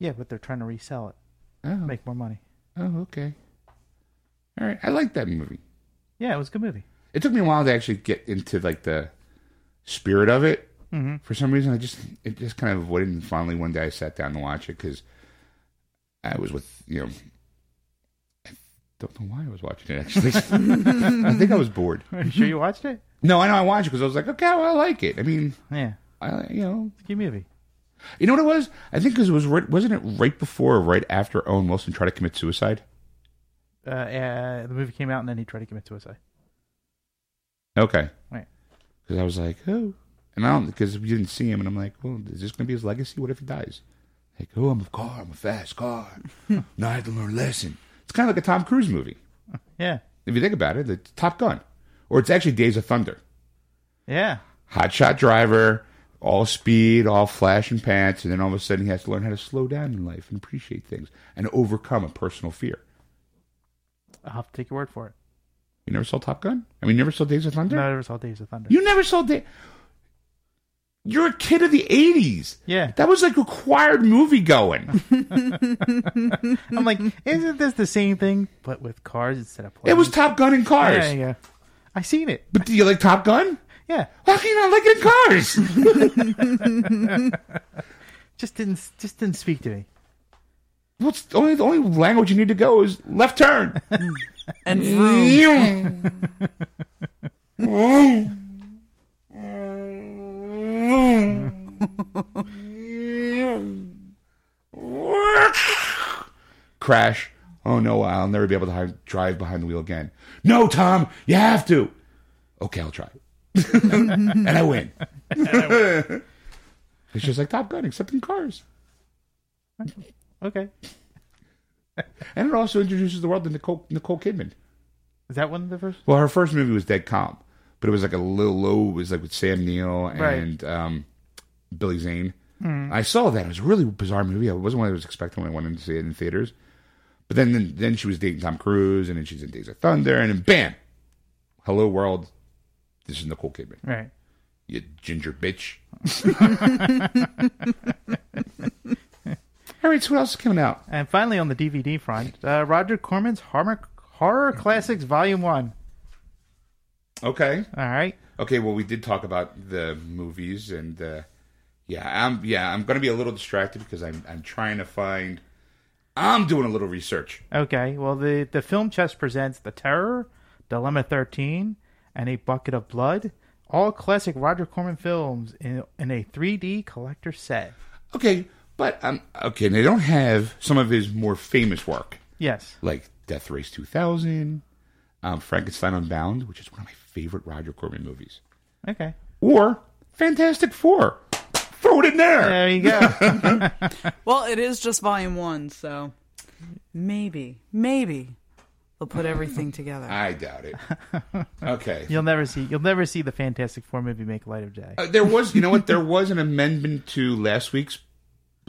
S2: Yeah, but they're trying to resell it,
S1: Oh,
S2: make more money.
S1: oh, okay. All right, I like that movie.
S2: Yeah, it was a good movie.
S1: It took me a while to actually get into like the spirit of it.
S2: Mm-hmm.
S1: For some reason, I just it just kind of avoided. And finally, one day, I sat down to watch it because I was with you know. I Don't know why I was watching it. Actually, I think I was bored.
S2: Are you sure you watched it?
S1: No, I know I watched it because I was like, okay, well, I like it. I mean,
S2: Yeah,
S1: I you know,
S2: it's a good movie.
S1: You know what it was? I think because it was right, wasn't it right before or right after Owen Wilson tried to commit suicide?
S2: Uh, uh, the movie came out and then he tried to commit suicide.
S1: Okay,
S2: Right.
S1: because I was like, oh, and I don't because we didn't see him, and I'm like, well, is this going to be his legacy? What if he dies? Like, oh, I'm a car, I'm a fast car. now I had to learn a lesson. It's kind of like a Tom Cruise movie
S2: Yeah,
S1: if you think about it. It's Top Gun, or it's actually Days of Thunder.
S2: yeah,
S1: Hotshot driver, all speed, all flash and pants, and then all of a sudden he has to learn how to slow down in life and appreciate things and overcome a personal fear.
S2: I'll have to take your word for it.
S1: You never saw Top Gun? I mean, you never saw Days of Thunder?
S2: No, I never saw Days of Thunder.
S1: You never saw Days. You're a kid of the '80s.
S2: Yeah.
S1: that was like required movie going.
S2: I'm like, isn't this the same thing but with cars instead of planes?
S1: it was Top Gun and
S2: Yeah,
S1: Cars.
S2: yeah, yeah. I seen it.
S1: But do you like Top Gun?
S2: Yeah,
S1: How can you not like it in Cars?
S2: just didn't just didn't speak to me.
S1: What's the only the only language you need to go is left turn.
S3: And vroom.
S1: Vroom. Crash. Oh no, I'll never be able to hi- drive behind the wheel again. No, Tom, you have to. Okay, I'll try. and I win. it's just like Top Gun, except in cars.
S2: Okay,
S1: And it also introduces the world to Nicole, Nicole Kidman.
S2: is that one of the first?
S1: Well, her first movie was Dead Calm, but it was like a little low. It was like with Sam Neill and um, Billy Zane. I saw that. It was a really bizarre movie. It wasn't what I was expecting when I went in to see it in theaters. But then, then, then she was dating Tom Cruise, and then she's in Days of Thunder, and then bam, hello world. This is Nicole Kidman,
S2: Right.
S1: you ginger bitch. All right, so what else is coming out?
S2: And finally, on the DVD front, uh, Roger Corman's horror, horror Classics Volume One.
S1: Okay,
S2: All right.
S1: Okay, well, we did talk about the movies, and uh, yeah, I'm yeah, I'm gonna be a little distracted because I'm I'm trying to find. I'm doing a little research.
S2: Okay. Well, the the film chest presents The Terror, Dilemma Thirteen, and A Bucket of Blood, all classic Roger Corman films in in a 3D collector set.
S1: Okay, but um, okay, they don't have some of his more famous work
S2: Yes.
S1: like Death Race 2000, um, Frankenstein Unbound, which is one of my favorite Roger Corman movies,
S2: Okay.
S1: or Fantastic Four. Throw it in there.
S2: There you go.
S3: Well, it is just volume one, so maybe, maybe they'll put everything together.
S1: I doubt it. Okay,
S2: you'll never see you'll never see the Fantastic Four movie make light of day.
S1: Uh, there was, you know what? There was an amendment to last week's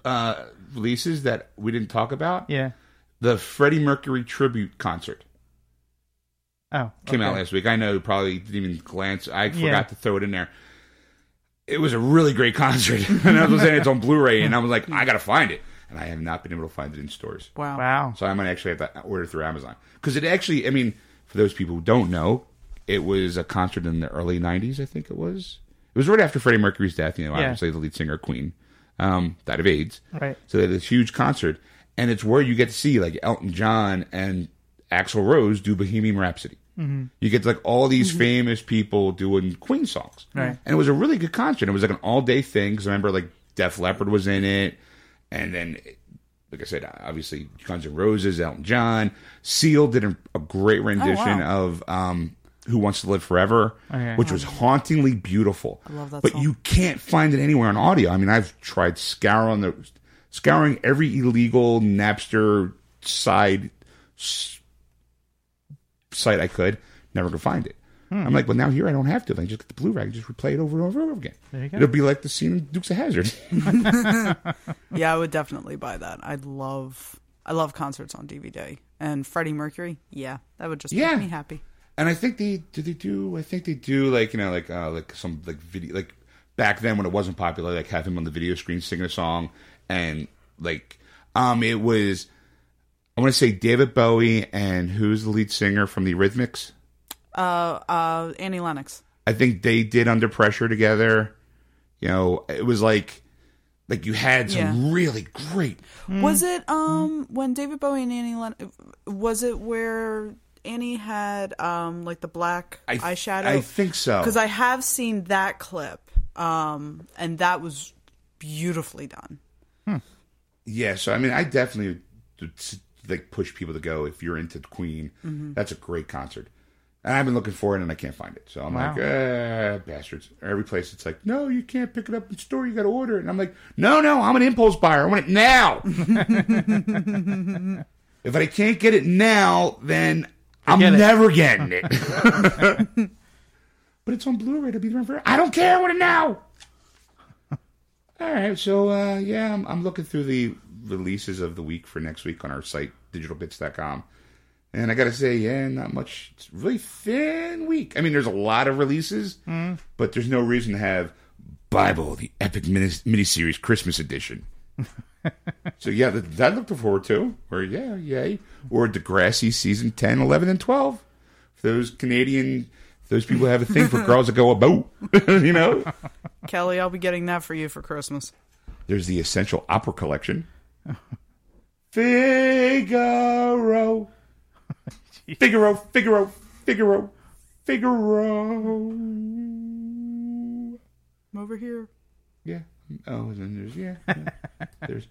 S1: uh, releases that we didn't talk about.
S2: Yeah.
S1: The Freddie Mercury tribute concert
S2: Oh.
S1: came out
S2: okay.
S1: last week. I know you probably didn't even glance. I forgot
S2: Yeah.
S1: to throw it in there. It was a really great concert, and I was saying it's on Blu-ray, and I was like, I gotta find it, and I have not been able to find it in stores.
S3: Wow.
S2: Oh, Wow.
S1: So I might actually have to order through Amazon because it actually. I mean, for those people who don't know, it was a concert in the early '90s. I think it was. It was right after Freddie Mercury's death. You know,
S2: Yeah.
S1: obviously the lead singer of Queen um, died of AIDS.
S2: Right.
S1: So they had this huge concert, and it's where you get to see like Elton John and Axl Rose do Bohemian Rhapsody.
S2: Mm-hmm.
S1: You get like all these famous people doing Queen songs,
S2: Right.
S1: And it was a really good concert. It was like an all day thing. 'cause I remember like Def Leppard was in it, and then like I said, obviously Guns N' Roses, Elton John, Seal did a, a great rendition
S3: wow.
S1: of um, Who Wants to Live Forever,
S2: Okay.
S1: which was hauntingly beautiful. I
S3: love that
S1: But
S3: song.
S1: you can't find it anywhere on audio. I mean, I've tried scouring the scouring every illegal Napster side s- site I could, never could find it. I'm like, well, now here I don't have to. I just get the Blu-ray, I can just replay it over and over and over again.
S2: There you go.
S1: It'll be like the scene in Dukes of Hazard.
S3: Yeah, I would definitely buy that. I love I love concerts on DVD. And Freddie Mercury, yeah, that would just
S1: Yeah.
S3: make me happy.
S1: And I think they do they do I think they do like you know like uh, like some like video like back then when it wasn't popular like have him on the video screen singing a song and like um it was I want to say David Bowie and who's the lead singer from the Rhythmics
S3: Uh uh Annie Lennox.
S1: I think they did Under Pressure together you know it was like like you had some really great
S3: Was it
S1: Mm.
S3: um when David Bowie and Annie Lennox was it where Annie had um like the black
S1: I,
S3: eyeshadow?
S1: I think so
S3: because I have seen that clip, um, and that was beautifully done.
S1: Yeah, so I mean, I definitely would, like push people to go if you're into Queen.
S2: Mm-hmm.
S1: That's a great concert, and I've been looking for it and I can't find it. So I'm
S2: Wow.
S1: like, ah, bastards! Every place it's like, no, you can't pick it up in store. You got to order it. And I'm like, no, no, I'm an impulse buyer. I want it now. if I can't get it now, then I'm
S2: Forget it.
S1: never getting it. but it's on Blu-ray. It'll be around forever. I don't care. I want it now. All right, so uh, yeah, I'm, I'm looking through the releases of the week for next week on our site, digitalbits.com. And I got to say, yeah, not much. It's a really thin week. I mean, there's a lot of releases, but there's no reason to have Bible, the epic mini- miniseries Christmas edition. so yeah, that, that looked forward to. Or yeah, yay. Or Degrassi season 10, 11, and 12. For those Canadian, those people have a thing for girls that go a boat, you know?
S3: Kelly, I'll be getting that for you for Christmas.
S1: There's the Essential Opera Collection. Figaro. Figaro, Figaro, Figaro, Figaro.
S3: I'm over here.
S1: Yeah. Oh, and then there's, yeah. yeah. There's,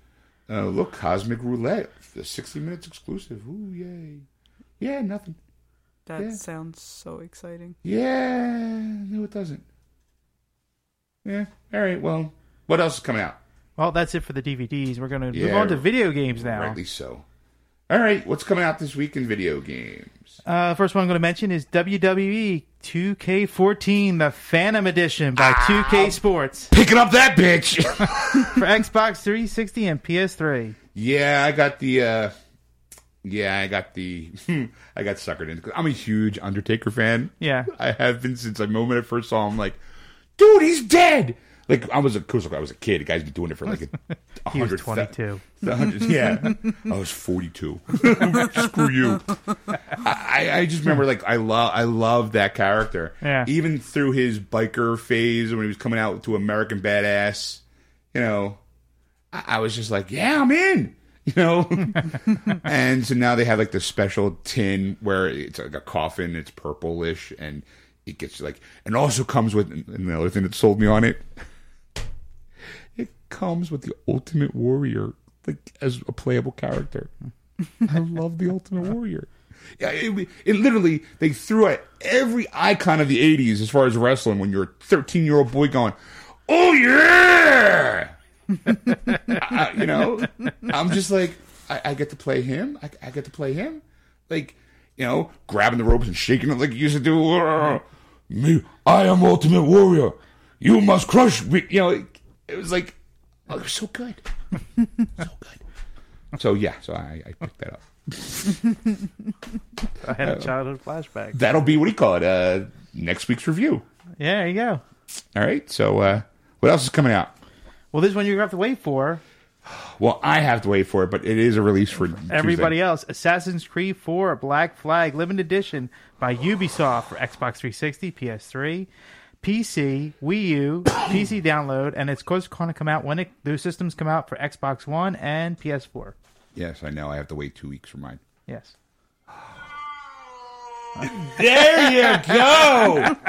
S1: oh, look, Cosmic Roulette, the 60 Minutes exclusive. Ooh, yay. Yeah, nothing.
S3: That
S1: Yeah.
S3: sounds so exciting.
S1: Yeah, no, it doesn't. Yeah, all right, well, what else is coming out?
S2: Well, that's it for the DVDs. We're going to move
S1: Yeah.
S2: on to video games now.
S1: Rightly so. All right, what's coming out this week in video games?
S2: Uh, first one I'm going to mention is E WWE 2K14, the Phantom Edition by 2K Sports
S1: Picking up that bitch.
S2: for Xbox 360 and PS3.
S1: yeah, I got the. uh Yeah, I got the. I got suckered in. I'm a huge Undertaker fan.
S2: Yeah.
S1: I have been since the moment I first saw him. Like, dude, he's dead. Like I was a 'cause I was a kid. The guy's been doing it for like a, a
S2: He was
S1: hundred.
S2: 22.
S1: The hundred- yeah, I was forty-two. Screw you. I, I just remember like I love I love that character.
S2: Yeah.
S1: Even through his biker phase when he was coming out to American Badass, you know, I, I was just like, yeah, I'm in. You know, and so now they have like the special tin where it's like a coffin, it's purplish, and it gets like, and also comes with and the other thing that sold me on it. It comes with the Ultimate Warrior, like as a playable character. I love the Ultimate Warrior. Yeah, it, it literally they threw at every icon of the '80s as far as wrestling. When you're a 13 year old boy going, "Oh yeah," I- I- you know, I'm just like, I, I get to play him. I, I get to play him. Like, you know, grabbing the ropes and shaking it like you used to do. "Arr, Me, I am Ultimate Warrior. You must crush me. You know, it, it was like, oh, it was so good, so good. So yeah, so I, I picked that up.
S2: I had a childhood flashback.
S1: That'll be what do you call it? Uh, next week's review.
S2: Yeah, there you go.
S1: All right. So uh, what else is coming out?
S2: Well, this one you're going to have to wait for.
S1: Well, I have to wait for it, but it is a release for Tuesday.
S2: Everybody else, Assassin's Creed 4 Black Flag Limited Edition by Ubisoft for Xbox 360, PS3, PC, Wii U, PC download, and it's going to come out when it, those systems come out for Xbox One and PS4.
S1: Yes, I know. I have to wait two weeks for mine.
S2: Yes.
S1: There you go.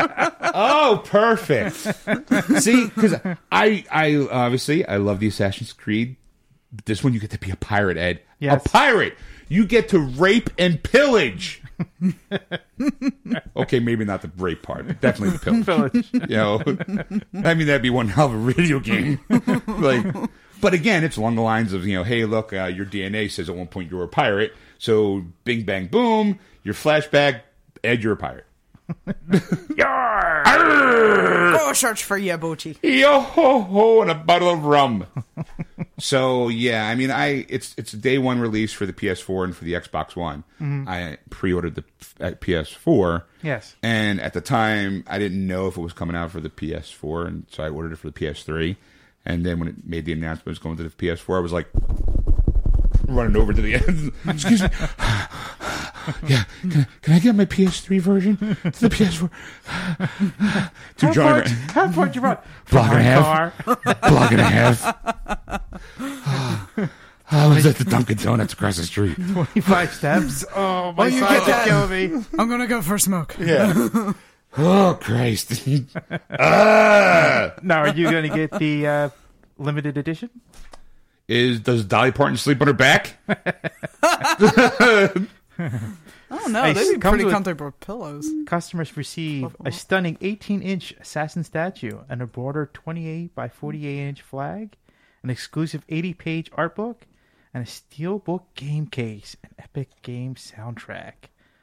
S1: oh, perfect. See, because I, I obviously I love the Assassin's Creed. But This one you get to be a pirate, Ed.
S2: Yes.
S1: A pirate. You get to rape and pillage. okay, maybe not the rape part, definitely the pillage.
S2: Village.
S1: You know, I mean that'd be one hell of a video game. like, but again, it's along the lines of you know, hey, look, uh, your DNA says at one point you were a pirate, so Bing Bang Boom, your flashback, Ed, you're a pirate.
S3: Go search for Yabuchi.
S1: Yo ho ho, and a bottle of rum. so yeah, I mean, I it's it's a day one release for the PS4 and for the Xbox One. I pre-ordered the uh, PS4.
S2: Mm-hmm. Yes.
S1: And at the time, I didn't know if it was coming out for the PS4, and so I ordered it for the PS3. And then when it made the announcement it was going to the PS4, I was like running over to the end. Excuse me. yeah, can, can I get my PS3 version to the PS4? to
S2: How
S1: Johnny
S2: far,
S1: Ra-
S2: how far did you run?
S1: Block and a
S2: My
S1: half. block and a half. Ah, I was at the Dunkin' Donuts across the street.
S2: 25 steps. Oh, my
S3: you
S2: sides
S3: get that.
S2: are killing me.
S3: I'm gonna go for a smoke.
S1: Yeah. Oh Christ! ah!
S2: Now, are you going to get the uh, limited edition?
S1: Is does Dolly Parton sleep on her back?
S3: I don't know.
S2: Hey,
S3: They'd Oh,
S2: comes
S3: be pretty
S2: with-
S3: comfortable pillows.
S2: Customers receive a stunning 18 inch assassin statue and a broader 28 by 48 inch flag, an exclusive 80 page art book, and a steelbook game case, an epic game soundtrack.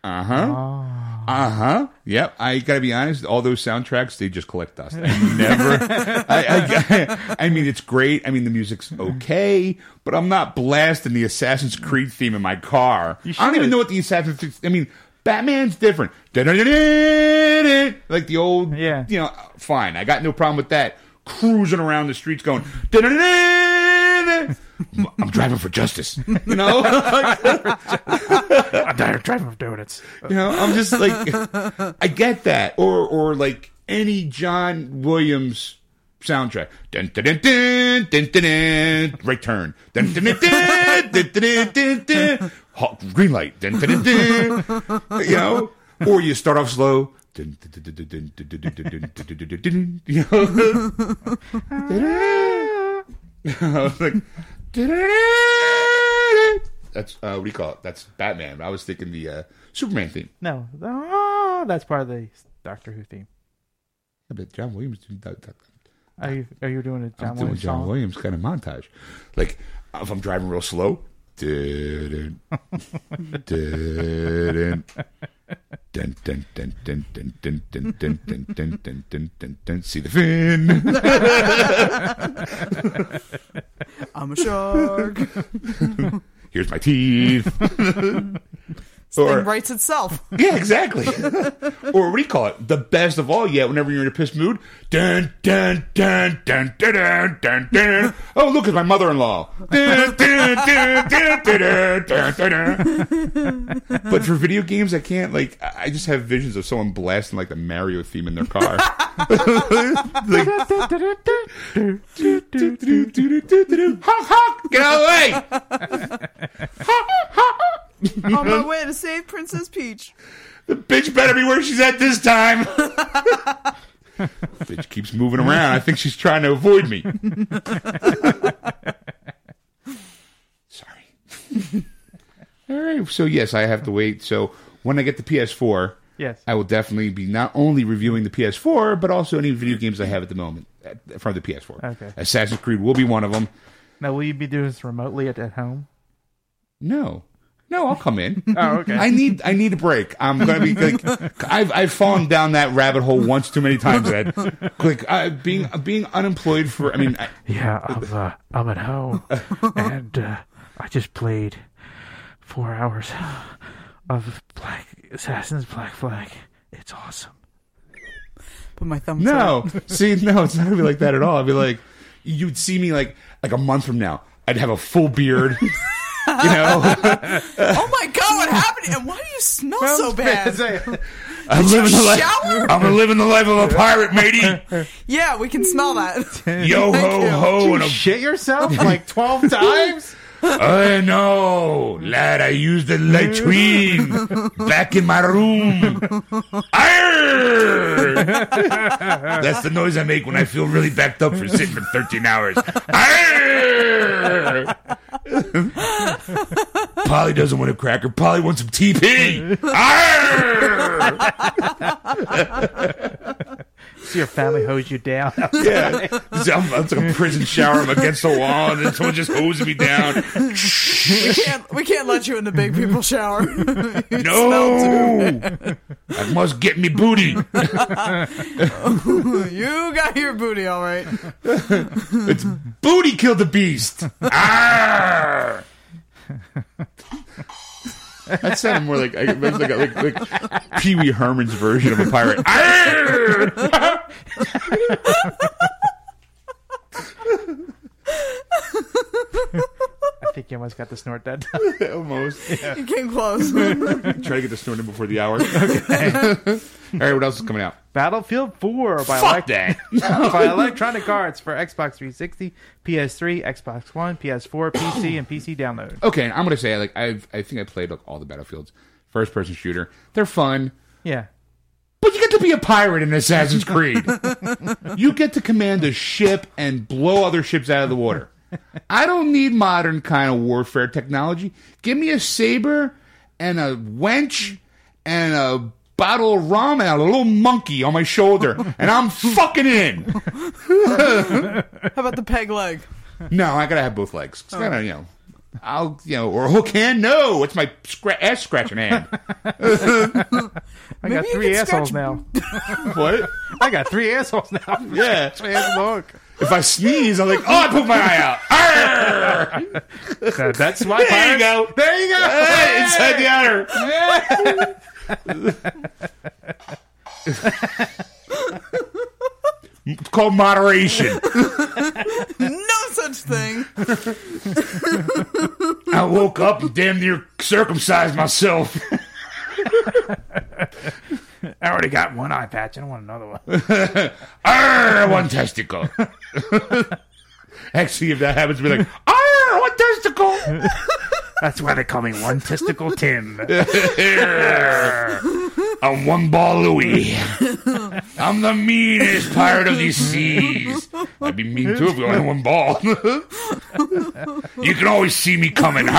S1: Uh huh. Uh huh. Yep. I gotta be honest. All those soundtracks, they just collect dust. I never. I, I, I mean, it's great. I mean, the music's okay, but I'm not blasting the Assassin's Creed theme in my car. I don't
S2: should.
S1: even know what the Assassin's. Creed- I mean, Batman's different. Da-da-da-da-da. Like the old.
S2: Yeah.
S1: You know, fine. I got no problem with that. Cruising around the streets, going. da-da-da-da-da. I'm driving for justice. You know.
S2: I'm driving of donuts.
S1: You know, I'm just like, I get that, or or like any John Williams soundtrack. Dun, dun, dun, dun, dun, dun, dun, right turn. Dun, dun, dun, dun, dun, dun, dun, dun, dun. Hot- green light. Dun, dun, dun, dun. You know, or you start off slow. Dun, dun, dun, dun, dun, dun, dun, dun, dun, dun, dun, dun, dun, dun. You know, I was like, that's uh, what do you call it? That's Batman. I was thinking the uh, Superman theme.
S2: No, oh, that's part of the Doctor Who theme.
S1: I bet John Williams did that. that-
S2: Are you, are you doing a John
S1: I'm doing
S2: Williams
S1: John
S2: song?
S1: Williams kind of montage. Like if I'm driving real slow, dun, dun, dun, dun, dun, dun, dun, dun, dun, dun, dun, dun, dun, dun, dun, dun, see the fin.
S3: I'm a shark.
S1: Here's my teeth.
S3: Thing
S1: Or,
S3: writes itself.
S1: yeah, exactly. or what do you call it? The best of all yet. Whenever you're in a pissed mood, dun dun dun dun dun dun dun. dun. Oh, look, it's my mother-in-law. Dun, dun, dun, dun, dun, dun, dun, dun, dun. But for video games, I can't like. I I just have visions of someone blasting like the Mario theme in their car. like, honk honk, get out of the way! Honk, honk.
S3: On my way to save Princess Peach.
S1: The bitch better be where she's at this time. bitch keeps moving around. I think she's trying to avoid me. Sorry. All right. So yes, I have to wait. So when I get the PS4,
S2: Yes.
S1: I will definitely be not only reviewing the PS4, but also any video games I have at the moment uh, from the PS4.
S2: Okay.
S1: Assassin's Creed will be one of them.
S2: Now, will you be doing this remotely at, at home?
S1: No. No, I'll come in.
S2: Oh, okay.
S1: I need I need a break. I'm gonna be like I've I've fallen down that rabbit hole once too many times. Ed. Like I, being being unemployed for I mean I,
S4: Yeah, I'm, uh, I'm at home, and uh, I just played four hours of Black Assassin's Black Flag. It's awesome.
S3: Put my thumbs up.
S1: no see no it's not gonna be like that at all. I'd be like you'd see me like like a month from now. I'd have a full beard. You know,
S3: Oh my god, what happened? And why do you smell so bad?
S1: I'm living the life.
S3: shower?
S1: I'm living the life of a pirate, matey.
S3: Yeah, we can smell that.
S1: Yo ho ho, and
S2: you
S1: a
S2: shit yourself like 12 times?
S1: I know, lad. I used the latrine back in my room. Arr! That's the noise I make when I feel really backed up for sitting for 13 hours. Arr! Polly doesn't want a cracker. Polly wants some TP. Arr!
S2: So your family hose you down.
S1: Yeah, it's, I'm, it's like a prison shower. I'm against the wall, and then someone just hoses me down.
S3: We can't, we can't let you in the big people shower.
S1: No, I must get me booty.
S3: you got your booty all right.
S1: It's booty killed the beast. Arr! That sounded more like I imagine like, a- like, like Pee Wee Herman's version of a pirate. Arr!
S2: I think you almost got the snort that time.
S1: Almost.
S3: You came close.
S1: Try to get this snorted before the hour. Okay. All right, what else is coming out?
S2: Battlefield 4 by,
S1: Fuck
S2: elect-
S1: that.
S2: by Electronic Arts for Xbox 360, PS3, Xbox One, PS4, PC, and PC download.
S1: Okay, and I'm gonna say like I've I think I played like all the battlefields. First person shooter. They're fun.
S2: Yeah.
S1: But you get to be a pirate in Assassin's Creed. you get to command a ship and blow other ships out of the water. I don't need modern kind of warfare technology. Give me a saber and a wench and a bottle of rum and a little monkey on my shoulder, and I'm fucking in.
S3: How about the peg leg?
S1: No, I gotta have both legs. It's gotta, you know. I'll, you know, or who can? No, it's my scra- ass scratching hand.
S2: I
S3: Maybe
S2: got
S3: you
S2: three
S3: could
S2: assholes
S3: scratch-
S2: now.
S1: what?
S2: I got three assholes now.
S1: Yeah.
S2: Ass look.
S1: If I sneeze, I'm like, oh, I put my eye out. Arr!
S2: So that's my
S1: There you go.
S2: pirate.
S1: There you go. inside the honor. it's called moderation.
S3: No such thing.
S1: I woke up and damn near circumcised myself.
S2: I already got one eye patch. I don't want another one.
S1: Arr, one testicle. Actually, if that happens, be like, arr, one testicle.
S2: That's why they call me One Testicle Tim.
S1: I'm one ball Louie. I'm the meanest pirate of these seas. I'd be mean too if we only had one ball. you can always see me coming. I'm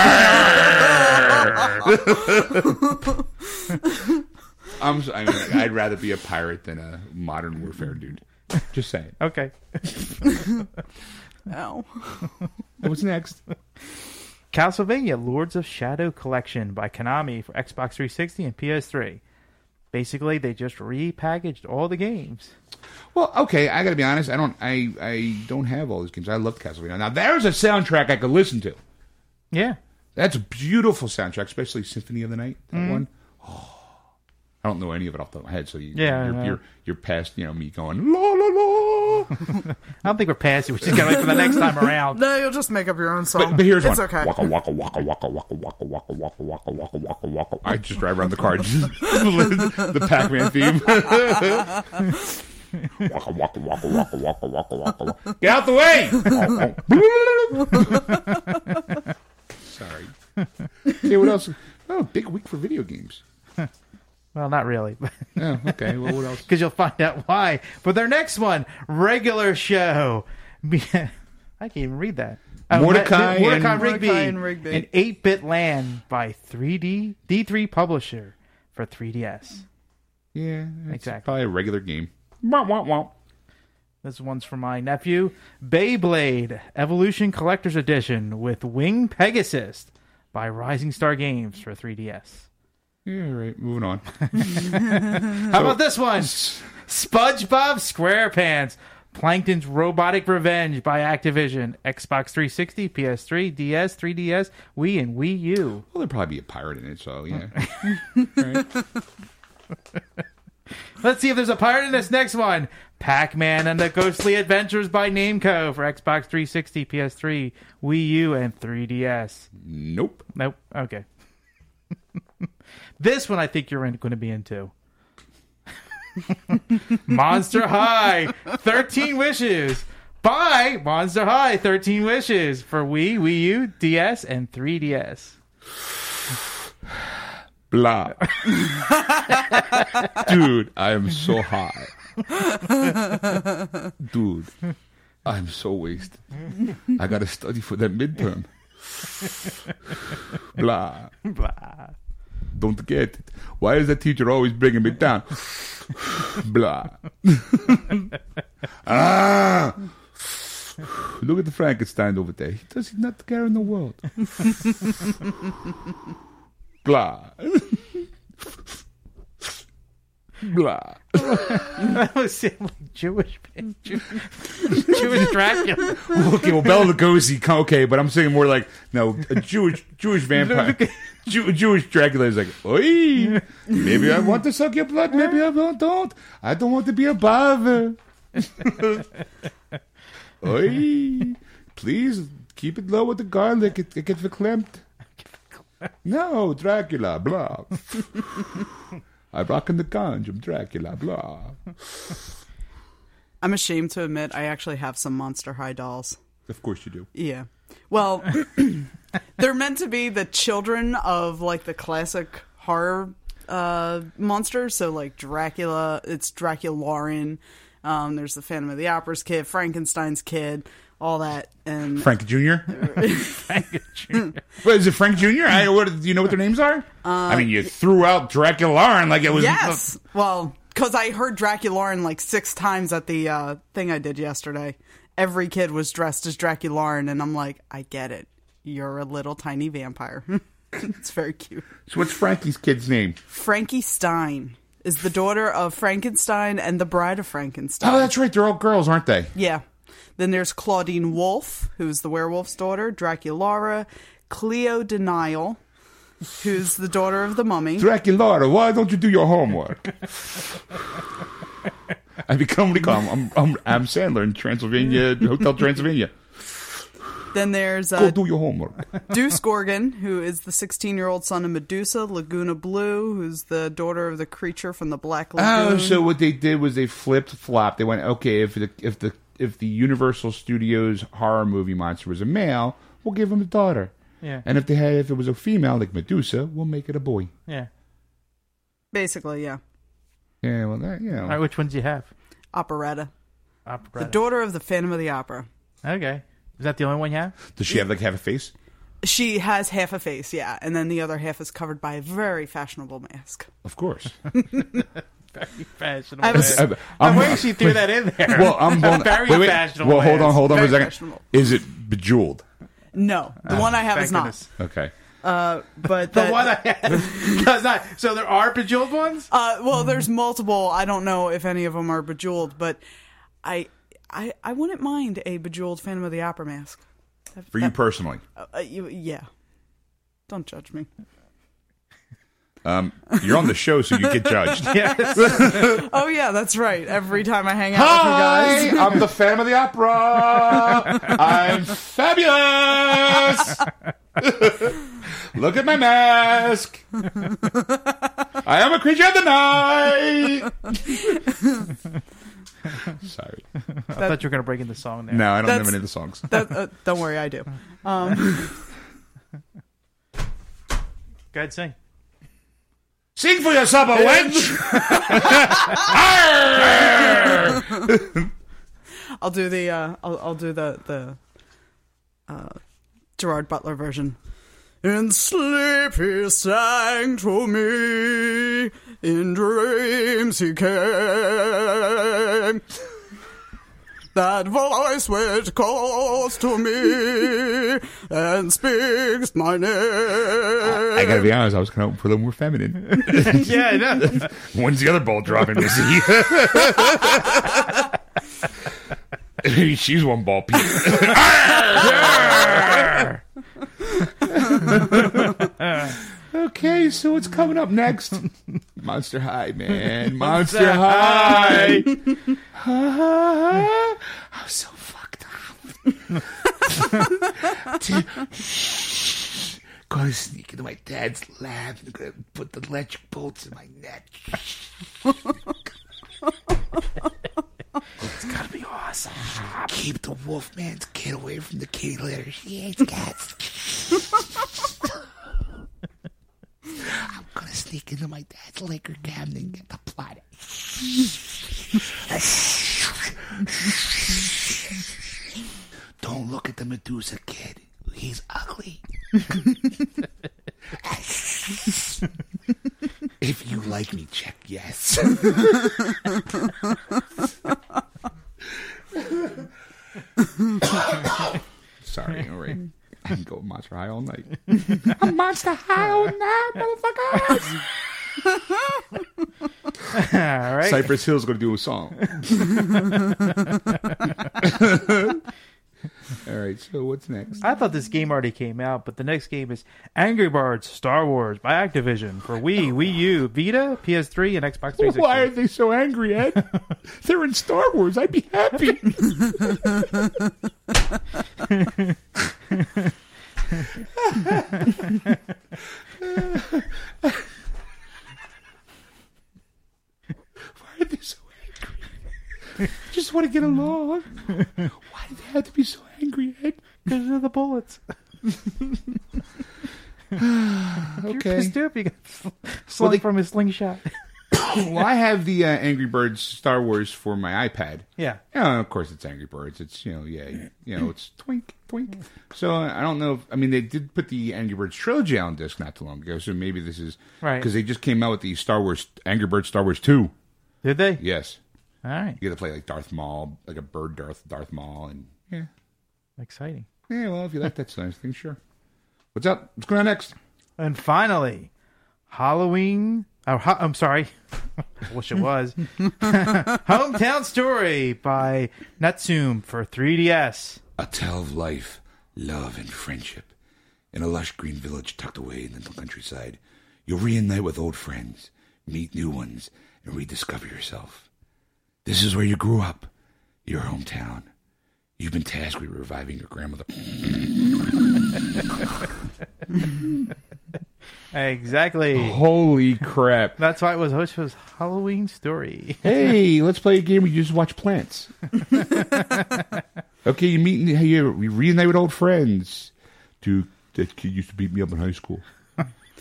S1: so, I mean, I'd rather be a pirate than a modern warfare dude. Just saying.
S2: Okay.
S3: No.
S1: What's next?
S2: Castlevania Lords of Shadow Collection by Konami for Xbox 360 and PS3. Basically, they just repackaged all the games.
S1: Well, okay, I gotta be honest. I don't. I I don't have all these games. I love Castlevania. Now there's a soundtrack I could listen to.
S2: Yeah.
S1: That's a beautiful soundtrack, especially Symphony of the Night. That
S2: Mm-hmm.
S1: one. Oh, I don't know any of it off the top of my head, so you,
S2: Yeah, I
S1: you're,
S2: know.
S1: you're you're past you know me going la la la.
S2: I don't think we're past it. We just got to wait for the next time around.
S3: No, you'll just make up your own song.
S1: But, but here's
S3: it's
S1: one.
S3: okay.
S1: Waka waka waka waka waka waka waka waka waka waka waka waka. I just drive around the car, just the Pac-Man theme. waka waka waka waka waka waka waka. waka. Get out the way! Sorry. Okay, what else? Oh, big week for video games.
S2: Well, not really,
S1: Oh, okay. Well, what else?
S2: because you'll find out why. For their next one, regular show. I can't even read that. Oh,
S1: Mordecai
S2: Ma- Mordecai,
S1: and-
S2: Rigby,
S3: Mordecai and Rigby.
S2: an 8-bit land by 3D D3 publisher for 3DS.
S1: Yeah, it's
S2: Exactly.
S1: Probably a regular game. Womp womp womp.
S2: This one's for my nephew. Beyblade Evolution Collector's Edition with Wing Pegasus by Rising Star Games for 3DS.
S1: Yeah, all right. Moving on.
S2: How about this one? SpongeBob SquarePants Plankton's Robotic Revenge by Activision, Xbox 360, PS3, DS, 3DS, Wii, and Wii U.
S1: Well, there'd probably be a pirate in it, so yeah.
S2: Let's see if there's a pirate in this next one. Pac Man and the Ghostly Adventures by Namco for Xbox 360, PS3, Wii U, and 3DS.
S1: nope.
S2: Nope. Okay. this one I think you're going to be into. Monster High 13 Wishes by Monster High 13 Wishes for Wii, Wii U, DS, and 3DS.
S1: Blah. Dude, I am so high. Dude, I'm so wasted. I gotta study for that midterm. Blah.
S2: Blah.
S1: Don't get it. Why is the teacher always bringing me down? Blah. ah! Look at the Frankenstein over there. He does not care in the world. Blah. Blah.
S2: That was sound like Jewish, Jewish, Jewish Dracula.
S1: Okay, well, Bela Lugosi, okay, but I'm saying more like no, a Jewish Jewish vampire, Jew, Jewish Dracula is like, oi, maybe I want to suck your blood, maybe I don't. don't. I don't want to be a bother. oi, please keep it low with the garlic. It, it gets verklempt. No, Dracula, blah. I rock in the ganj. I'm Dracula, blah.
S3: I'm ashamed to admit I actually have some Monster High dolls.
S1: Of course you do.
S3: Yeah. Well, they're meant to be the children of like the classic horror uh, monsters. So like Dracula, it's Draculaurian. Um, there's the Phantom of the Opera's kid, Frankenstein's kid, all that, and
S1: Frank Jr. What, is it Frank Jr.? I, what, do you know what their names are? I mean, you threw out Draculaurn like it was.
S3: Uh, yes, well, because I heard Draculaurian like six times at the uh, thing I did yesterday. Every kid was dressed as Draculaurian, and I'm like, I get it. You're a little tiny vampire. it's very cute.
S1: So what's Frankie's kid's name?
S3: Frankie Stein is the daughter of Frankenstein and the bride of Frankenstein.
S1: Oh, that's right. They're all girls, aren't they?
S3: Yeah. Then there's Claudine Wolfe, who's the werewolf's daughter, Draculaura, Cleo Denial, who's the daughter of the mummy.
S1: Draculaura, why don't you do your homework? I become what do you call him? I'm, I'm Am Sandler in Transylvania Hotel Transylvania.
S3: Then there's
S1: Go
S3: uh,
S1: do your homework.
S3: Deuce Gorgon, who is the 16 year old son of Medusa, Laguna Blue, who's the daughter of the creature from the Black Lagoon.
S1: Oh, so what they did was they flipped flop. They went, okay, if the if the if the Universal Studios horror movie monster was a male, we'll give him a daughter.
S2: Yeah.
S1: And if they had if it was a female like Medusa, we'll make it a boy.
S2: Yeah.
S3: Basically, yeah.
S1: Yeah, well, that, you know.
S2: All right, which ones do you have?
S3: Operetta. The
S2: Opera.
S3: daughter of the Phantom of the Opera.
S2: okay. Is that the only one you have?
S1: Does she have like have a face?
S3: She has half a face, yeah, and then the other half is covered by a very fashionable mask.
S1: Of course.
S2: Very fashionable.
S3: I was-
S2: man.
S1: I'm-
S2: I'm waiting she threw that in there.
S1: well, I'm going.
S2: Very
S1: wait, wait.
S2: fashionable
S1: Well, hold on,
S2: ass.
S1: hold on for a
S3: Very
S1: second.
S3: fashionable.
S1: Is it bejeweled?
S3: No, the one I have
S2: Thank
S3: is not.
S2: goodness.
S1: Okay.
S3: But
S2: The
S3: that-
S2: one I had does not. So there are bejeweled ones?
S3: Uh, well, there's multiple. I don't know if any of them are bejeweled, but I, I, I wouldn't mind a bejeweled Phantom of the Opera mask.
S1: For you personally,
S3: Uh, you, yeah, don't judge me.
S1: um, you're on the show, so you get judged.
S3: Oh yeah, that's right. Every time I hang out with
S1: Hi,
S3: you guys,
S1: I'm the Phantom of the Opera. I'm fabulous. Look at my mask. I am a creature of the night. Sorry.
S2: I thought you were going to break into song there.
S1: No, I don't
S3: That's-
S1: know any of the songs.
S3: that, uh, don't worry, I do.
S2: Go ahead, sing.
S1: Sing for your supper, wench.
S3: I'll do the, uh, I'll, I'll do the the, uh, Gerard Butler version. In sleep he sang to me, in dreams he came. That voice which calls to me and speaks my name.
S1: I gotta be honest, I was kind of hoping for a little more feminine.
S2: Yeah, I know.
S1: When's the other ball dropping, Missy? Maybe she's one ball piece. okay, so what's coming up next? Monster High, man. Monster High. Huh? I'm so fucked up. Dude, Gonna sneak into my dad's lab and gonna put the electric bolts in my neck.
S4: That'd be awesome.
S1: Keep the Wolfman's kid away from the kitty litter. He hates cats. I'm gonna sneak into my dad's liquor cabinet and get the plot. Don't look at the Medusa kid. He's ugly. if you like like me? Check yes. Sorry, all right. I can go monster high all night. I'm monster high all night, motherfuckers.
S2: All right.
S1: Cypress Hill's gonna do a song. all right, so what's next?
S2: I thought this game already came out, but the next game is Angry Birds Star Wars by Activision for Wii, Wii U, Vita, PS3, and Xbox 360.
S1: Why are they so angry, Ed? They're in Star Wars. I'd be happy. Why are they so angry? Just want to get along. Why do they have to be so angry, Ed?
S2: Because of the bullets. You're pissed up. You got sl- slung
S1: they-
S2: from a slingshot.
S1: well, I have the uh, Angry Birds Star Wars for my iPad.
S2: yeah.
S1: Yeah, of course it's Angry Birds. It's you know, yeah, you know, it's twink twink. So uh, I don't know. If, I mean, they did put the Angry Birds trilogy on disc not too long ago, so maybe this is
S2: Right.
S1: because they just came out with the Star Wars Angry Birds Star Wars Two.
S2: Did they?
S1: Yes,
S2: All right.
S1: you got to play like Darth Maul, like a bird Darth Darth Maul, and yeah,
S2: Exciting.
S1: yeah. Well, if you like that nice thing, sure. What's up? What's going on next?
S2: And finally, Halloween. Oh, ho- I'm sorry. I wish it was. Hometown Story by Natsume for 3DS.
S1: A tale of life, love, and friendship. In a lush green village tucked away in the countryside, you'll reunite with old friends, meet new ones, and rediscover yourself. This is where you grew up, your hometown. You've been tasked with reviving your grandmother.
S2: Exactly.
S1: Holy crap.
S2: That's why it was which was Halloween Story.
S1: Hey, let's play a game where you just watch plants. okay, you meet, you reunite with old friends. Dude, that kid used to beat me up in high school.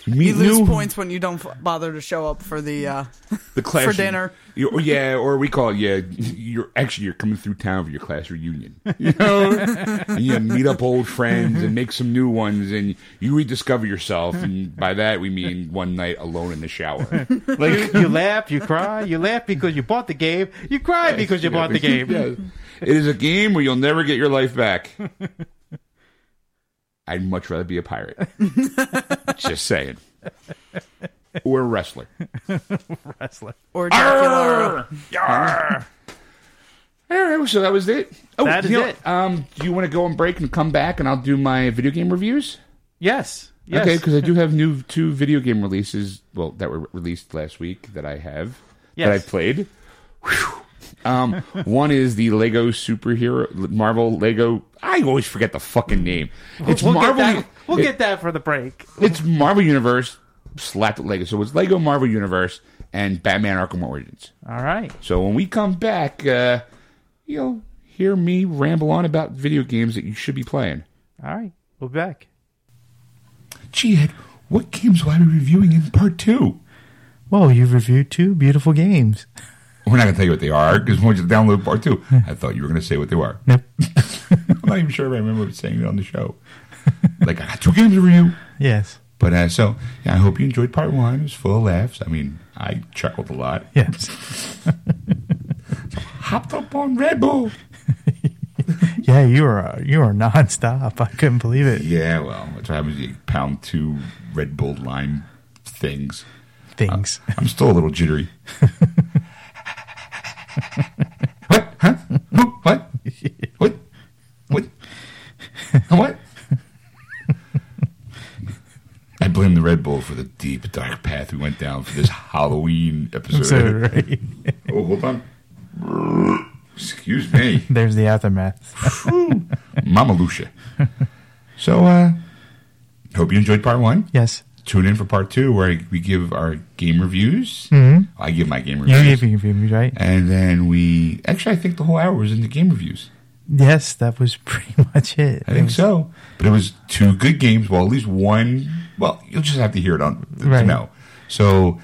S1: meet
S3: You lose
S1: new-
S3: points when you don't f- bother to show up for the. Uh,
S1: the class
S3: For dinner.
S1: You- yeah, or we call it yeah. You're actually you're coming through town for your class reunion. You know, and you meet up old friends and make some new ones, and you rediscover yourself. And by that we mean one night alone in the shower.
S2: Like you, you laugh, you cry, you laugh because you bought the game, you cry because you bought the game.
S1: Yeah. It is a game where you'll never get your life back. I'd much rather be a pirate. Just saying. Or a wrestler.
S2: Wrestler.
S3: or Dracula. or-
S1: Yarr! All right, so that was it. Oh,
S2: That is
S1: you know,
S2: it.
S1: Um, do you want to go on break and come back, and I'll do my video game reviews?
S2: Yes. Yes.
S1: Okay, because I do have new two video game releases. Well, that were released last week that I have that I
S2: Yes.
S1: played. Whew. Um, one is the Lego superhero Marvel Lego. I always forget the fucking name. It's
S2: we'll
S1: Marvel.
S2: Get that, we'll
S1: it-
S2: get that for the break.
S1: it's Marvel Universe slapped with Lego. So it's Lego Marvel Universe and Batman Arkham Origins.
S2: All right.
S1: So when we come back, uh, you'll hear me ramble on about video games that you should be playing.
S2: All right. We'll be back.
S1: Gee, Ed, what games will I be reviewing in part two?
S5: Well, you've reviewed two beautiful games.
S1: We're not going to tell you what they are because once you download part two, I thought you were going to say what they were.
S5: Nope.
S1: I'm not even sure if I remember saying it on the show. like, I got two games to review.
S5: yes.
S1: But uh, so, yeah, I hope you enjoyed part one. It was full of laughs. I mean, I chuckled a lot.
S5: Yes.
S1: Hopped up on Red Bull.
S5: Yeah, you are you are nonstop. I couldn't believe it.
S1: Yeah, well, that's what happens. You pound two Red Bull lime things.
S5: Things.
S1: I'm still a little jittery. what? Huh? Who? What? What? What? What? I blame the Red Bull for the deep, dark path we went down for this Halloween episode.
S5: So, right.
S1: Oh, hold on. Excuse me.
S5: There's the aftermath.
S1: Mama Lucia. So, uh, hope you enjoyed part one
S5: Yes.
S1: tune in for part two where we give our game reviews. I give my game
S5: Mm-hmm. You
S1: reviews.
S5: gave me reviews, right?
S1: and then we actually, I think the whole hour was in the game reviews.
S5: Yes, that was pretty much it.
S1: I think so. But it was two good games. Well, at least one. Well, you'll just have to hear it on to
S5: Right.
S1: know. So,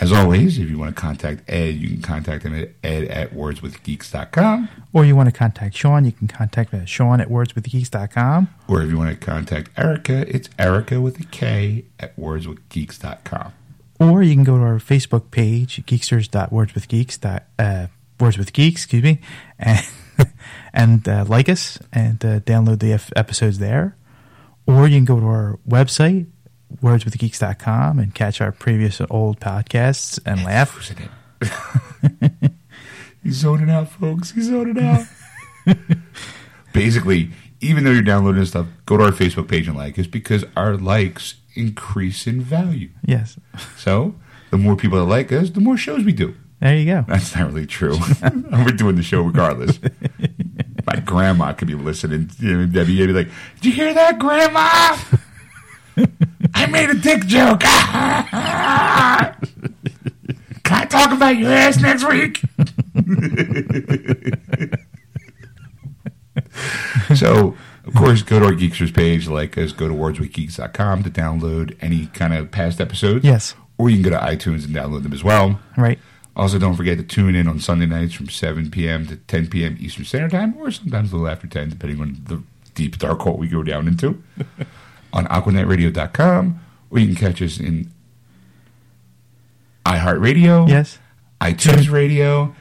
S1: as always, if you want to contact Ed, you can contact him at ed at wordswithgeeks.com.
S5: Or you want to contact Sean, you can contact me at Sean at wordswithgeeks.com.
S1: Or if you want to contact Erica, it's Erica with a K at wordswithgeeks.com.
S2: Or you can go to our Facebook page, geeksters.wordswithgeeks. dot, Uh, Words with Geeks, excuse me, and, and uh, like us and uh, download the f- episodes there. Or you can go to our website, wordswithgeeks.com, and catch our previous and old podcasts and laugh.
S1: He's zoning out, folks. He's zoning out. Basically, even though you're downloading stuff, go to our Facebook page and like us because our likes increase in value.
S2: Yes.
S1: So the more people that like us, the more shows we do.
S2: There you go.
S1: That's not really true. We're doing the show regardless. My grandma could be listening. You know, Debbie would be like, "Did you hear that, Grandma? I made a dick joke. Can I talk about your ass next week?" so, of course, go to our Geeksters page, like us, go to wordswithgeeks.com to download any kind of past episodes.
S2: Yes.
S1: Or you can go to iTunes and download them as well.
S2: Right.
S1: Also, don't forget to tune in on Sunday nights from 7 p.m. to 10 p.m. Eastern Standard Time, or sometimes a little after 10, depending on the deep dark hole we go down into, on AquanetRadio.com, or you can catch us in iHeartRadio,
S2: Yes.
S1: iTunes Radio.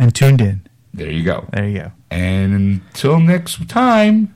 S2: And tuned in.
S1: There you go.
S2: There you go.
S1: And until next time,